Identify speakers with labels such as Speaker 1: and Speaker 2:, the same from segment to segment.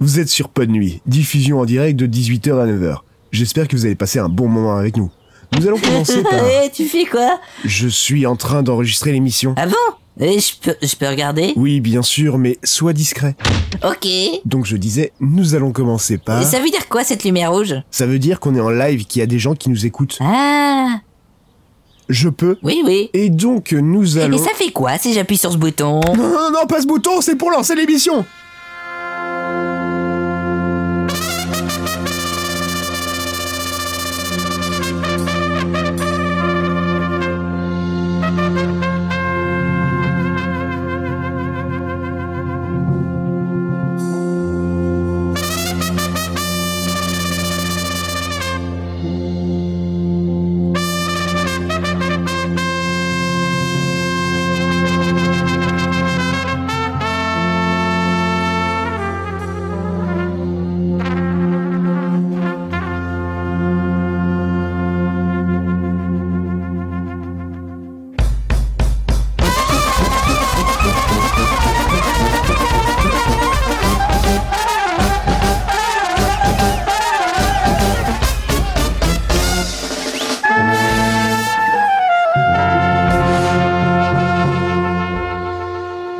Speaker 1: Vous êtes sur Pod Nuit, diffusion en direct de 18h à 9h. J'espère que vous avez passé un bon moment avec nous. Nous allons commencer par...
Speaker 2: Eh, tu fais quoi
Speaker 1: Je suis en train d'enregistrer l'émission.
Speaker 2: Ah bon Eh, Je peux, je peux regarder
Speaker 1: Oui, bien sûr, mais sois discret.
Speaker 2: Ok. Et
Speaker 1: Donc je disais, nous allons commencer par...
Speaker 2: ça veut dire quoi cette lumière rouge
Speaker 1: Ça veut dire qu'on est en live, qu'il y a des gens qui nous écoutent.
Speaker 2: Ah
Speaker 1: Je peux.
Speaker 2: Oui, oui.
Speaker 1: Et donc nous
Speaker 2: Mais
Speaker 1: allons...
Speaker 2: ça fait quoi si j'appuie sur ce bouton
Speaker 1: Non, non, non, pas ce bouton, c'est pour lancer l'émission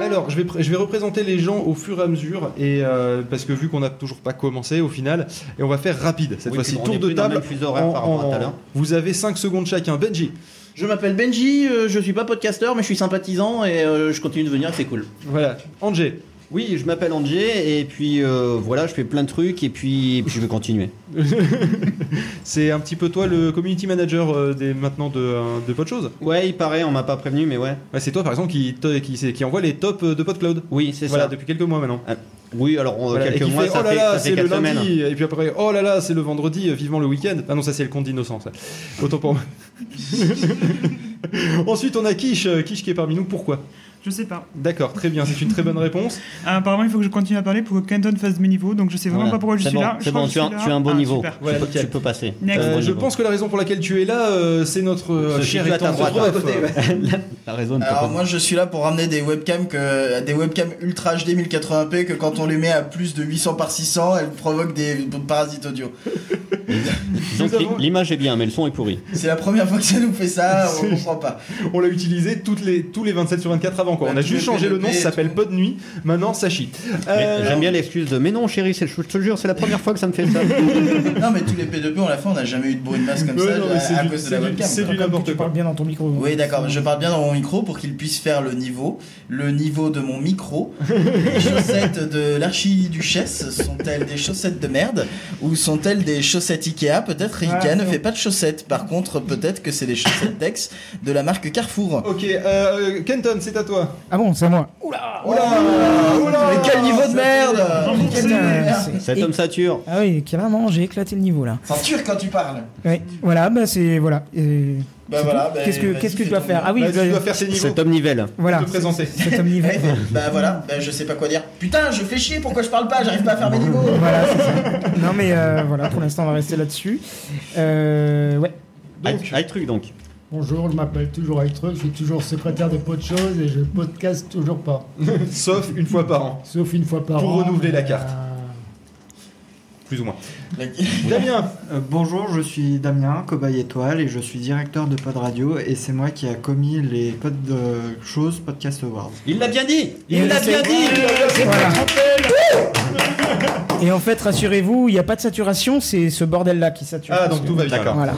Speaker 3: Alors, je vais, pr- je vais représenter les gens au fur et à mesure, et, euh, parce que vu qu'on n'a toujours pas commencé au final, et on va faire rapide cette
Speaker 4: Oui,
Speaker 3: fois-ci.
Speaker 4: puis on
Speaker 3: Tour
Speaker 4: est
Speaker 3: de
Speaker 4: plus dans le
Speaker 3: table.
Speaker 4: même fuseau horaire par rapport à tout à l'heure.
Speaker 3: vous avez 5 secondes chacun. Benji,
Speaker 4: Je m'appelle Benji, euh, je suis pas podcasteur, mais je suis sympathisant et euh, je continue de venir, c'est cool.
Speaker 3: voilà. Angé,
Speaker 4: Oui, je m'appelle Angé et puis euh, voilà, je fais plein de trucs et puis, et puis je vais continuer.
Speaker 3: c'est un petit peu toi le community manager euh, des, maintenant de, euh, de Podchose
Speaker 4: Ouais, il paraît, on m'a pas prévenu, mais ouais.
Speaker 3: Ouais, C'est toi par exemple qui, te- qui, c'est- qui envoie les tops euh, de PodCloud.
Speaker 4: Oui, c'est
Speaker 3: Voilà,
Speaker 4: ça.
Speaker 3: depuis quelques mois maintenant.
Speaker 4: Ah, oui, alors euh,
Speaker 3: Voilà,
Speaker 4: quelques
Speaker 3: et qui
Speaker 4: mois,
Speaker 3: fait,
Speaker 4: ça,
Speaker 3: oh là
Speaker 4: fait,
Speaker 3: là,
Speaker 4: ça fait
Speaker 3: c'est le
Speaker 4: 4
Speaker 3: lundi,
Speaker 4: semaines.
Speaker 3: et puis après, oh là là, c'est le vendredi, euh, vivant le week-end. Ah non, ça c'est le compte d'innocent, ça. Autant pour moi. Ensuite, on a Kish, euh, Kish qui est parmi nous, pourquoi
Speaker 5: Je sais pas.
Speaker 3: D'accord, très bien, c'est une très bonne réponse.
Speaker 5: Ah, apparemment, il faut que je continue à parler pour que Kenton fasse mes niveaux, donc je sais vraiment
Speaker 4: Voilà.
Speaker 5: pas pourquoi je
Speaker 4: C'est
Speaker 5: suis
Speaker 4: bon,
Speaker 5: là. Je
Speaker 4: C'est
Speaker 5: crois
Speaker 4: bon,
Speaker 5: que
Speaker 4: tu
Speaker 5: je
Speaker 4: as,
Speaker 5: suis
Speaker 4: tu
Speaker 5: là.
Speaker 4: as un bon
Speaker 5: Ah,
Speaker 4: niveau.
Speaker 5: super.
Speaker 3: Voilà,
Speaker 4: tu, peux,
Speaker 3: nickel.
Speaker 4: tu peux passer.
Speaker 5: Next.
Speaker 3: Euh,
Speaker 4: bon
Speaker 3: je
Speaker 4: niveau.
Speaker 3: pense que la raison pour laquelle tu es là, euh, c'est notre euh,
Speaker 4: Se
Speaker 3: cher
Speaker 4: situe
Speaker 3: et
Speaker 4: à ta
Speaker 3: tendre
Speaker 4: droite,
Speaker 3: prof.
Speaker 4: à côté, ouais. La raison de
Speaker 6: Alors moi je suis là pour ramener des webcams que des webcams ultra HD 1080p que quand on les met à plus de 800 par 600 elles provoquent des parasites audio.
Speaker 4: Donc,
Speaker 3: Nous avons-
Speaker 4: L'image est bien, mais le son est pourri.
Speaker 6: C'est la première fois que ça nous fait ça,
Speaker 3: C'est-
Speaker 6: on comprend pas.
Speaker 3: On l'a utilisé toutes les, tous les 27 sur 24 avant, quoi.
Speaker 6: Ouais,
Speaker 3: On
Speaker 4: Bah,
Speaker 3: a
Speaker 6: tous
Speaker 3: juste
Speaker 6: les
Speaker 3: changé le nom,
Speaker 6: PVP,
Speaker 3: ça s'appelle
Speaker 6: tout.
Speaker 3: Pod Nuit, maintenant ça chie.
Speaker 4: Mais
Speaker 3: Euh,
Speaker 4: J'aime bien l'excuse de mais non, chérie, c'est- je te jure, c'est la première fois que ça me fait ça.
Speaker 6: Non mais tous les P2P on l'a fait, on n'a jamais eu de bruit de masse comme
Speaker 3: ouais,
Speaker 6: ça
Speaker 3: non, mais c'est
Speaker 6: à, à
Speaker 3: du-
Speaker 6: cause de
Speaker 3: c'est
Speaker 6: la
Speaker 3: du-
Speaker 6: webcam.
Speaker 3: C'est
Speaker 6: quoi.
Speaker 3: du n'importe
Speaker 5: Tu
Speaker 3: quoi.
Speaker 5: parles bien dans ton micro.
Speaker 6: Oui d'accord, je parle bien dans mon micro pour qu'il puisse faire le niveau, le niveau de mon micro. Les chaussettes de l'archiduchesse sont-elles des chaussettes de merde ou sont-elles des chaussettes Ikea Peut-être Ikea
Speaker 5: Ah,
Speaker 6: ne
Speaker 5: non.
Speaker 6: fait pas de chaussettes, par contre peut-être que c'est des chaussettes Dex de la marque Carrefour.
Speaker 3: Ok, euh, Kenton, c'est à toi.
Speaker 5: Ah bon, c'est à moi.
Speaker 6: Oula Oh, Mais quel niveau de merde
Speaker 5: Putain, c'est-
Speaker 4: Cet
Speaker 5: et-
Speaker 4: homme sature.
Speaker 5: Ah oui, carrément, j'ai éclaté le niveau là.
Speaker 6: C'est un turc quand tu parles
Speaker 5: Ouais, voilà, bah c'est. Voilà. et-
Speaker 6: Bah
Speaker 5: c'est
Speaker 6: voilà,
Speaker 5: tout.
Speaker 6: bah,
Speaker 5: Qu'est-ce que,
Speaker 6: vas-y,
Speaker 5: qu'est-ce que
Speaker 6: fais
Speaker 5: je dois
Speaker 6: ton
Speaker 5: faire Ah oui,
Speaker 3: Vas-y,
Speaker 5: je dois-
Speaker 3: Bah, tu dois faire ses niveaux.
Speaker 4: Cet homme nivelle.
Speaker 5: voilà.
Speaker 3: te présenter.
Speaker 5: Cet homme
Speaker 6: Ouais,
Speaker 5: nivelle.
Speaker 6: Bah voilà, bah, je sais pas quoi dire. Putain, je fais chier, pourquoi je parle pas J'arrive pas à faire mes niveaux
Speaker 5: Voilà, c'est ça. Non mais euh, voilà, pour l'instant on va rester là-dessus. Euh, ouais.
Speaker 4: Ah, ah, le truc donc.
Speaker 7: Bonjour, je m'appelle toujours Aitruc, je suis toujours secrétaire de pot de choses et je podcast toujours pas.
Speaker 3: Sauf une fois par an,
Speaker 7: Sauf une fois par
Speaker 3: Pour
Speaker 7: an.
Speaker 3: renouveler la
Speaker 7: mais,
Speaker 3: carte.
Speaker 7: euh,
Speaker 3: plus ou moins.
Speaker 6: La-
Speaker 3: Damien,
Speaker 8: Euh, bonjour, je suis Damien, cobaye étoile, et je suis directeur de Pod Radio, et c'est moi qui a commis les pod de choses Podcast Awards.
Speaker 4: Il l'a bien dit
Speaker 5: Il l'a bien dit Voilà. Et en fait, rassurez-vous, il n'y a pas de saturation, c'est ce bordel-là qui sature.
Speaker 3: Ah, donc tout va bien.
Speaker 4: D'accord.
Speaker 5: Voilà.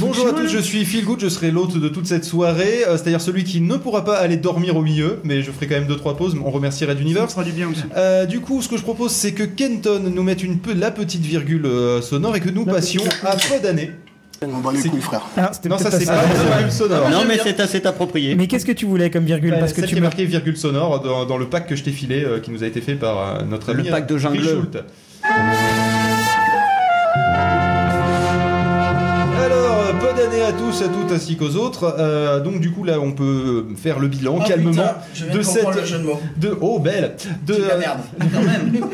Speaker 3: Bonjour à tous, je suis Phil Good, je serai l'hôte de toute cette soirée, euh, c'est-à-dire celui qui ne pourra pas aller dormir au milieu, mais je ferai quand même 2-3 pauses, on remercierait
Speaker 8: Ça
Speaker 3: d'univers.
Speaker 8: fera du bien aussi.
Speaker 3: Euh, du coup, ce que je propose, c'est que Kenton nous mette une peu, la petite virgule euh, sonore et que nous passions à peu d'années.
Speaker 6: On bat les
Speaker 3: C'est-
Speaker 6: couilles, frère.
Speaker 5: Ah, c'était
Speaker 3: Non, ça
Speaker 5: peut-être
Speaker 3: c'est
Speaker 5: pas
Speaker 3: pas une virgule sonore.
Speaker 4: Non, mais c'est assez approprié.
Speaker 5: Mais qu'est-ce que tu voulais comme virgule
Speaker 3: Euh,
Speaker 5: Parce que
Speaker 3: celle qui
Speaker 5: tu
Speaker 3: est
Speaker 5: me.
Speaker 3: marquée virgule sonore dans, dans le pack que je t'ai filé, euh, qui nous a été fait par euh, notre
Speaker 4: Le
Speaker 3: ami
Speaker 4: pack de
Speaker 3: euh, Chris
Speaker 4: jungleux.
Speaker 3: Schult. Alors, euh, peu d'années à tous, à toutes, ainsi qu'aux autres. Euh, donc du coup là, on peut faire le bilan
Speaker 6: Oh,
Speaker 3: calmement
Speaker 6: putain, je viens de,
Speaker 3: de
Speaker 6: comprendre
Speaker 3: cette
Speaker 6: le jeu de mots.
Speaker 3: de oh belle de
Speaker 6: C'est de la merde. Quand même.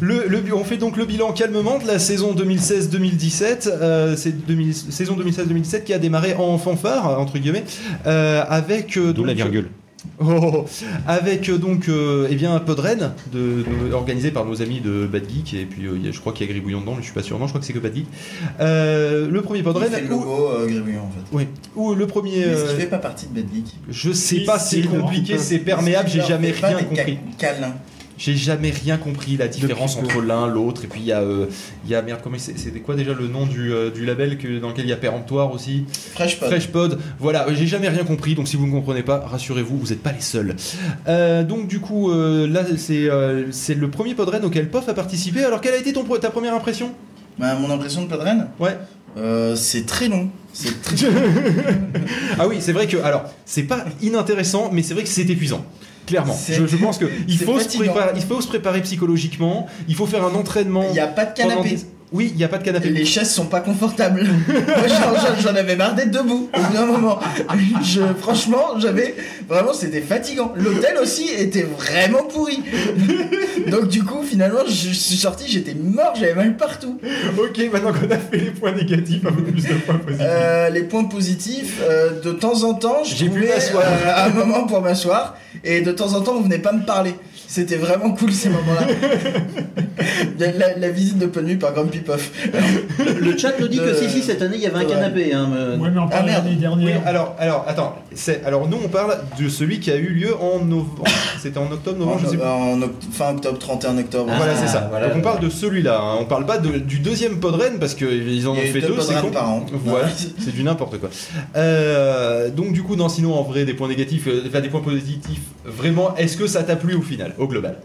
Speaker 3: le, le bu- on fait donc le bilan calmement de la saison 2016-2017. euh, c'est 2000 saison 2016-2017 qui a démarré en fanfare entre guillemets euh, avec euh,
Speaker 4: D'où la
Speaker 3: donc-
Speaker 4: virgule.
Speaker 3: Oh. Avec euh, donc euh, eh bien un pod raid de, de- organisé par nos amis de Bad Geek et puis euh, il y a- je crois qu'il y a Gribouillon dedans, mais je suis pas sûr. Non, je crois que c'est que Bad Geek. Euh, le premier pod
Speaker 6: Il
Speaker 3: raid
Speaker 6: fait le
Speaker 3: où,
Speaker 6: logo euh, Gribouillon en fait.
Speaker 3: oui, où le premier.
Speaker 6: Mais ce
Speaker 3: euh,
Speaker 6: qui fait pas partie de Bad Geek.
Speaker 3: je sais
Speaker 7: Il-
Speaker 3: pas, c'est
Speaker 7: il-
Speaker 3: compliqué, c'est perméable, j'ai
Speaker 6: Il leur
Speaker 3: jamais
Speaker 6: fait pas
Speaker 3: rien
Speaker 6: des ca-
Speaker 3: compris.
Speaker 6: câlins.
Speaker 3: J'ai jamais rien compris la différence entre l'un, l'autre, et puis il y a, euh, il y a merde, comment c'est, c'était quoi déjà le nom du, euh, du label que, dans lequel il y a péremptoire aussi
Speaker 6: Fresh Pod.
Speaker 3: Fresh Pod. Voilà, euh, j'ai jamais rien compris, donc si vous ne comprenez pas, rassurez-vous, vous n'êtes pas les seuls. Euh, donc du coup, euh, là, c'est, euh, c'est le premier podren auquel Pof a participé. Alors, quelle a été ton, pre- ta première impression
Speaker 6: Bah, mon impression de Podren
Speaker 3: Ouais.
Speaker 6: euh, C'est très long. C'est très
Speaker 3: Ah oui, c'est vrai que, alors, c'est pas inintéressant, mais c'est vrai que c'est épuisant. Clairement,
Speaker 6: C'est-
Speaker 3: je, je pense que il
Speaker 6: c'est
Speaker 3: faut, se
Speaker 6: fatigant.
Speaker 3: préparer, il faut se préparer psychologiquement, il faut faire un entraînement.
Speaker 6: Il n'y a pas de
Speaker 3: pendant
Speaker 6: canapé.
Speaker 3: des- Oui, il n'y a pas de canapé.
Speaker 6: Les chaises sont pas confortables. Moi, j'en- j'en- j'en avais marre d'être debout au bout d'un moment. Je, franchement, j'avais. Vraiment, c'était fatigant. L'hôtel aussi était vraiment pourri. Donc, du coup, finalement, je suis sorti, j'étais mort, j'avais mal partout.
Speaker 3: Ok, maintenant qu'on a fait les points négatifs, un peu plus de points positifs.
Speaker 6: Euh, les points positifs, euh, de temps en temps, je
Speaker 3: J'ai pu
Speaker 6: trouvais,
Speaker 3: m'asseoir.
Speaker 6: euh, un moment pour m'asseoir, et de temps en temps, on venait pas me parler. C'était vraiment cool ces moments-là. la, la- la visite de Nuit par Grumpy Puff.
Speaker 3: Ah
Speaker 4: Le chat nous dit que
Speaker 6: De-
Speaker 4: si, si, cette année, il y avait un
Speaker 6: Ouais.
Speaker 4: canapé. Hein,
Speaker 3: Euh,
Speaker 4: mais-
Speaker 7: Ouais, mais on
Speaker 3: ah,
Speaker 7: parlait
Speaker 6: merde.
Speaker 7: l'année
Speaker 3: Oui,
Speaker 7: dernière.
Speaker 3: alors, alors, attends. C'est, alors, nous, on parle de celui qui a eu lieu en novembre. C'était en octobre,
Speaker 6: En,
Speaker 3: novembre, je sais plus.
Speaker 6: en oct- fin octobre, 31 octobre.
Speaker 3: voilà,
Speaker 4: Ah,
Speaker 3: c'est ça.
Speaker 4: voilà.
Speaker 3: Donc, on parle de celui-là. hein. On parle pas de- du deuxième podren parce qu'ils en ont
Speaker 6: Il y a eu
Speaker 3: fait
Speaker 6: deux
Speaker 3: deux, c'est
Speaker 6: Podren
Speaker 3: con.
Speaker 6: par an.
Speaker 3: Voilà,
Speaker 6: Ouais.
Speaker 3: c'est du n'importe quoi. Euh, donc, du coup, non, sinon, en vrai, des points négatifs, euh, enfin, des points positifs, vraiment, est-ce que ça t'a plu au final, au global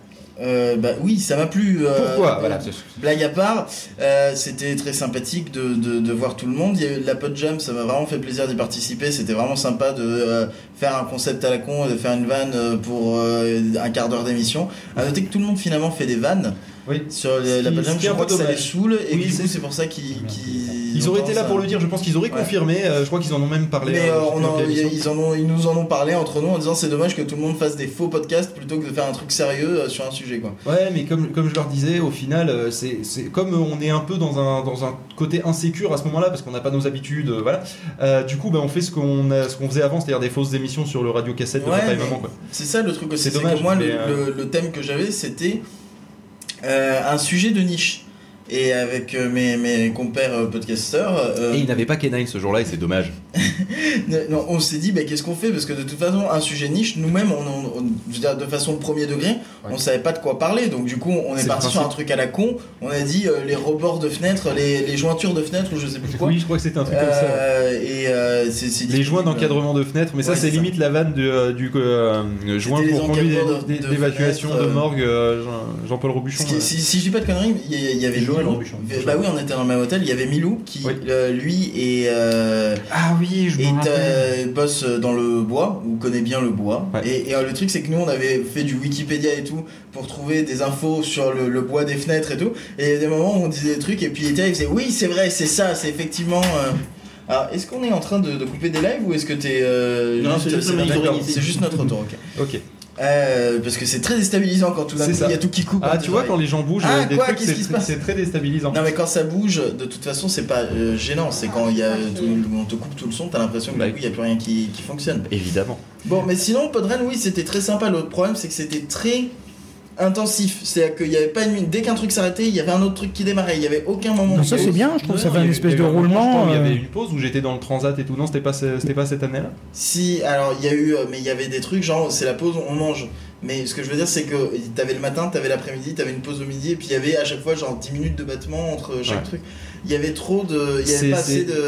Speaker 6: Euh, bah oui, ça m'a plu. euh,
Speaker 3: Pourquoi
Speaker 6: euh,
Speaker 3: Voilà.
Speaker 6: Blague à part, euh, c'était très sympathique de, de- de voir tout le monde. Il y a eu de la pod jam, ça m'a vraiment fait plaisir d'y participer. C'était vraiment sympa de euh, faire un concept à la con, et de faire une vanne euh, pour euh, un quart d'heure d'émission. À noter que tout le monde finalement fait des vannes
Speaker 3: Oui.
Speaker 6: sur les-
Speaker 3: Ce
Speaker 6: la
Speaker 3: qui-
Speaker 6: pod
Speaker 3: ce
Speaker 6: jam.
Speaker 3: qui
Speaker 6: Je
Speaker 3: est un
Speaker 6: crois
Speaker 3: peu
Speaker 6: que ça les
Speaker 3: dommage.
Speaker 6: saoule et
Speaker 3: Oui,
Speaker 6: que du
Speaker 3: c'est-
Speaker 6: coup c'est pour ça qu'ils. qu'ils
Speaker 3: Ils auraient été là
Speaker 6: ça.
Speaker 3: pour le dire, je pense qu'ils auraient
Speaker 6: Ouais.
Speaker 3: confirmé. euh, je crois qu'ils en ont même parlé.
Speaker 6: Mais
Speaker 3: euh, je sais
Speaker 6: euh, on
Speaker 3: plus
Speaker 6: en-
Speaker 3: dans quelle
Speaker 6: y-
Speaker 3: émission.
Speaker 6: ils, en ont, ils nous en ont parlé entre nous en disant c'est dommage que tout le monde fasse des faux podcasts plutôt que de faire un truc sérieux euh, sur un sujet quoi.
Speaker 3: Ouais, mais comme, comme je leur disais, au final, euh, c'est c'est- comme euh, on est un peu dans un, dans un côté insécure à ce moment-là, parce qu'on n'a pas nos habitudes, euh, voilà. euh, du coup, bah, on fait ce qu'on a- ce qu'on faisait avant, c'est-à-dire des fausses émissions sur le radio cassette de
Speaker 6: Ouais,
Speaker 3: papa et
Speaker 6: mais-
Speaker 3: maman. Quoi.
Speaker 6: C'est ça le truc aussi.
Speaker 3: C'est
Speaker 6: C'est
Speaker 3: dommage,
Speaker 6: que moi, le,
Speaker 3: mais, euh,
Speaker 6: le- le thème que j'avais, c'était euh, un sujet de niche. Et avec euh, mes, mes compères euh, podcasteurs, euh,
Speaker 3: Et ils n'avaient pas Kenai ce jour-là, et c'est dommage.
Speaker 6: euh, non, on s'est dit, bah, qu'est-ce qu'on fait Parce que de toute façon, un sujet niche, nous-mêmes, on, on- on- je veux dire, de façon premier degré, on savait pas de quoi parler. Donc du coup, on est,
Speaker 3: C'est le
Speaker 6: parti sur
Speaker 3: principe.
Speaker 6: un truc à la con. On a dit euh, les rebords de fenêtres, les, les jointures de fenêtres, ou je sais plus quoi.
Speaker 3: Oui, je crois que c'était un truc comme ça.
Speaker 6: Euh, et euh, c'est- c'est
Speaker 3: Les joints
Speaker 6: disponible.
Speaker 3: d'encadrement de fenêtres, mais ça,
Speaker 6: Ouais,
Speaker 3: c'est
Speaker 6: c'est ça.
Speaker 3: limite la vanne de, euh, du euh, euh, joint
Speaker 6: C'était les
Speaker 3: pour conduit
Speaker 6: encadrements
Speaker 3: d'é-
Speaker 6: de-
Speaker 3: d'é-
Speaker 6: de
Speaker 3: d'évacuation de,
Speaker 6: fenêtres, euh,
Speaker 3: morgue, euh, Jean- Jean-Paul Robuchon.
Speaker 6: Parce que
Speaker 3: euh.
Speaker 6: si, si je dis pas de conneries, il y, il y avait
Speaker 4: Joël
Speaker 6: Milou.
Speaker 4: Robuchon.
Speaker 6: Bah oui, on était dans le même hôtel. Il y avait Milou qui,
Speaker 3: Oui.
Speaker 6: euh, lui, est, euh,
Speaker 8: Ah oui, je
Speaker 6: est,
Speaker 8: me rappelle.
Speaker 6: euh, bosse dans le bois ou connaît bien le bois.
Speaker 3: Ouais.
Speaker 6: Et, et, euh, le truc, c'est que nous, on avait fait du Wikipédia et tout pour trouver des infos sur le, le bois des fenêtres et tout. Et il y a des moments où on disait des trucs et puis il était là, il faisait oui, c'est vrai, c'est ça, c'est effectivement. euh. Alors, est-ce qu'on est en train de, de couper des lives ou est-ce que t'es. euh,
Speaker 4: Non, c'est juste le
Speaker 6: notre-
Speaker 4: monitoring ici.
Speaker 6: c'est juste notre retour, ok.
Speaker 3: Ok.
Speaker 6: Euh, parce que c'est très déstabilisant quand tout d'un
Speaker 3: C'est
Speaker 6: coup,
Speaker 3: ça.
Speaker 6: il y a tout qui coupe.
Speaker 3: Ah,
Speaker 6: hein,
Speaker 3: tu
Speaker 6: des
Speaker 3: vois,
Speaker 6: oreilles.
Speaker 3: quand les gens bougent,
Speaker 6: Ah,
Speaker 3: euh, des
Speaker 6: quoi,
Speaker 3: trucs,
Speaker 6: qu'est-ce qui
Speaker 3: c'est
Speaker 6: se
Speaker 3: tr-
Speaker 6: passe
Speaker 3: c'est très déstabilisant.
Speaker 6: Non mais quand ça bouge, de toute façon c'est pas euh, gênant, c'est quand il y a tout- on te coupe tout le son, t'as l'impression que
Speaker 3: Bah,
Speaker 6: du coup il y a plus rien qui, qui fonctionne.
Speaker 3: Évidemment.
Speaker 6: Bon mais sinon Podren oui c'était très sympa, l'autre problème c'est que c'était très intensif, c'est-à-dire qu'il y avait pas une minute, dès qu'un truc s'arrêtait il y avait un autre truc qui démarrait, il y avait aucun moment.
Speaker 5: Non,
Speaker 6: de
Speaker 5: ça
Speaker 6: pause.
Speaker 5: c'est bien, je trouve que ça
Speaker 3: Non,
Speaker 5: fait
Speaker 3: il y
Speaker 5: une
Speaker 3: avait-
Speaker 5: espèce
Speaker 3: il y
Speaker 5: de
Speaker 3: avait un moment, je crois,
Speaker 5: roulement.
Speaker 3: où Il y
Speaker 5: euh,
Speaker 3: avait une pause où j'étais dans le transat et tout. Non, c'était pas, ce- c'était pas cette année-là.
Speaker 6: Si, alors il y a eu, euh, mais il y avait des trucs genre c'est la pause, on mange. Mais ce que je veux dire c'est que t'avais le matin, t'avais l'après-midi, t'avais une pause au midi et puis il y avait à chaque fois genre 10 minutes de battement entre chaque
Speaker 3: Ouais.
Speaker 6: truc. Il y avait trop de... Il y
Speaker 3: C'est-
Speaker 6: avait pas
Speaker 3: c'est-
Speaker 6: assez de...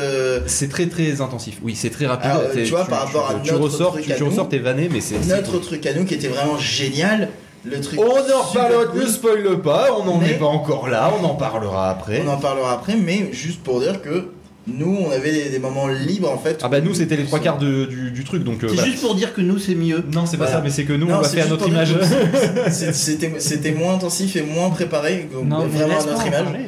Speaker 3: C'est très très intensif. Oui, c'est très rapide.
Speaker 6: Alors, euh,
Speaker 3: C'est-
Speaker 6: tu vois, par rapport à
Speaker 3: tu
Speaker 6: notre
Speaker 3: ressors,
Speaker 6: truc
Speaker 3: tu,
Speaker 6: à
Speaker 3: tu
Speaker 6: nous,
Speaker 3: ressors, t'es vanné, mais c'est. c'est-
Speaker 6: Notre truc à nous qui était vraiment génial, le truc.
Speaker 3: On en reparle,
Speaker 6: super
Speaker 3: ne spoil pas. On n'en
Speaker 6: Mais-
Speaker 3: est pas encore là. On en parlera après.
Speaker 6: cool. On en parlera après, mais juste pour dire que nous, on avait des, des moments libres en fait.
Speaker 3: Ah bah nous, c'était les trois quarts de- du, du truc, donc. euh,
Speaker 4: C'est
Speaker 3: voilà.
Speaker 4: juste pour dire que nous, c'est mieux.
Speaker 3: Non, c'est pas
Speaker 6: Voilà.
Speaker 3: ça, mais c'est que nous,
Speaker 6: Non,
Speaker 3: on va
Speaker 6: c'est
Speaker 3: faire
Speaker 6: juste
Speaker 3: notre
Speaker 6: pour
Speaker 3: image.
Speaker 6: dire C'est- C'était c'était moins intensif et moins préparé, donc
Speaker 8: Non, mais
Speaker 6: vraiment à
Speaker 8: laisse-moi
Speaker 6: notre
Speaker 8: en
Speaker 6: image.
Speaker 8: parler, hein.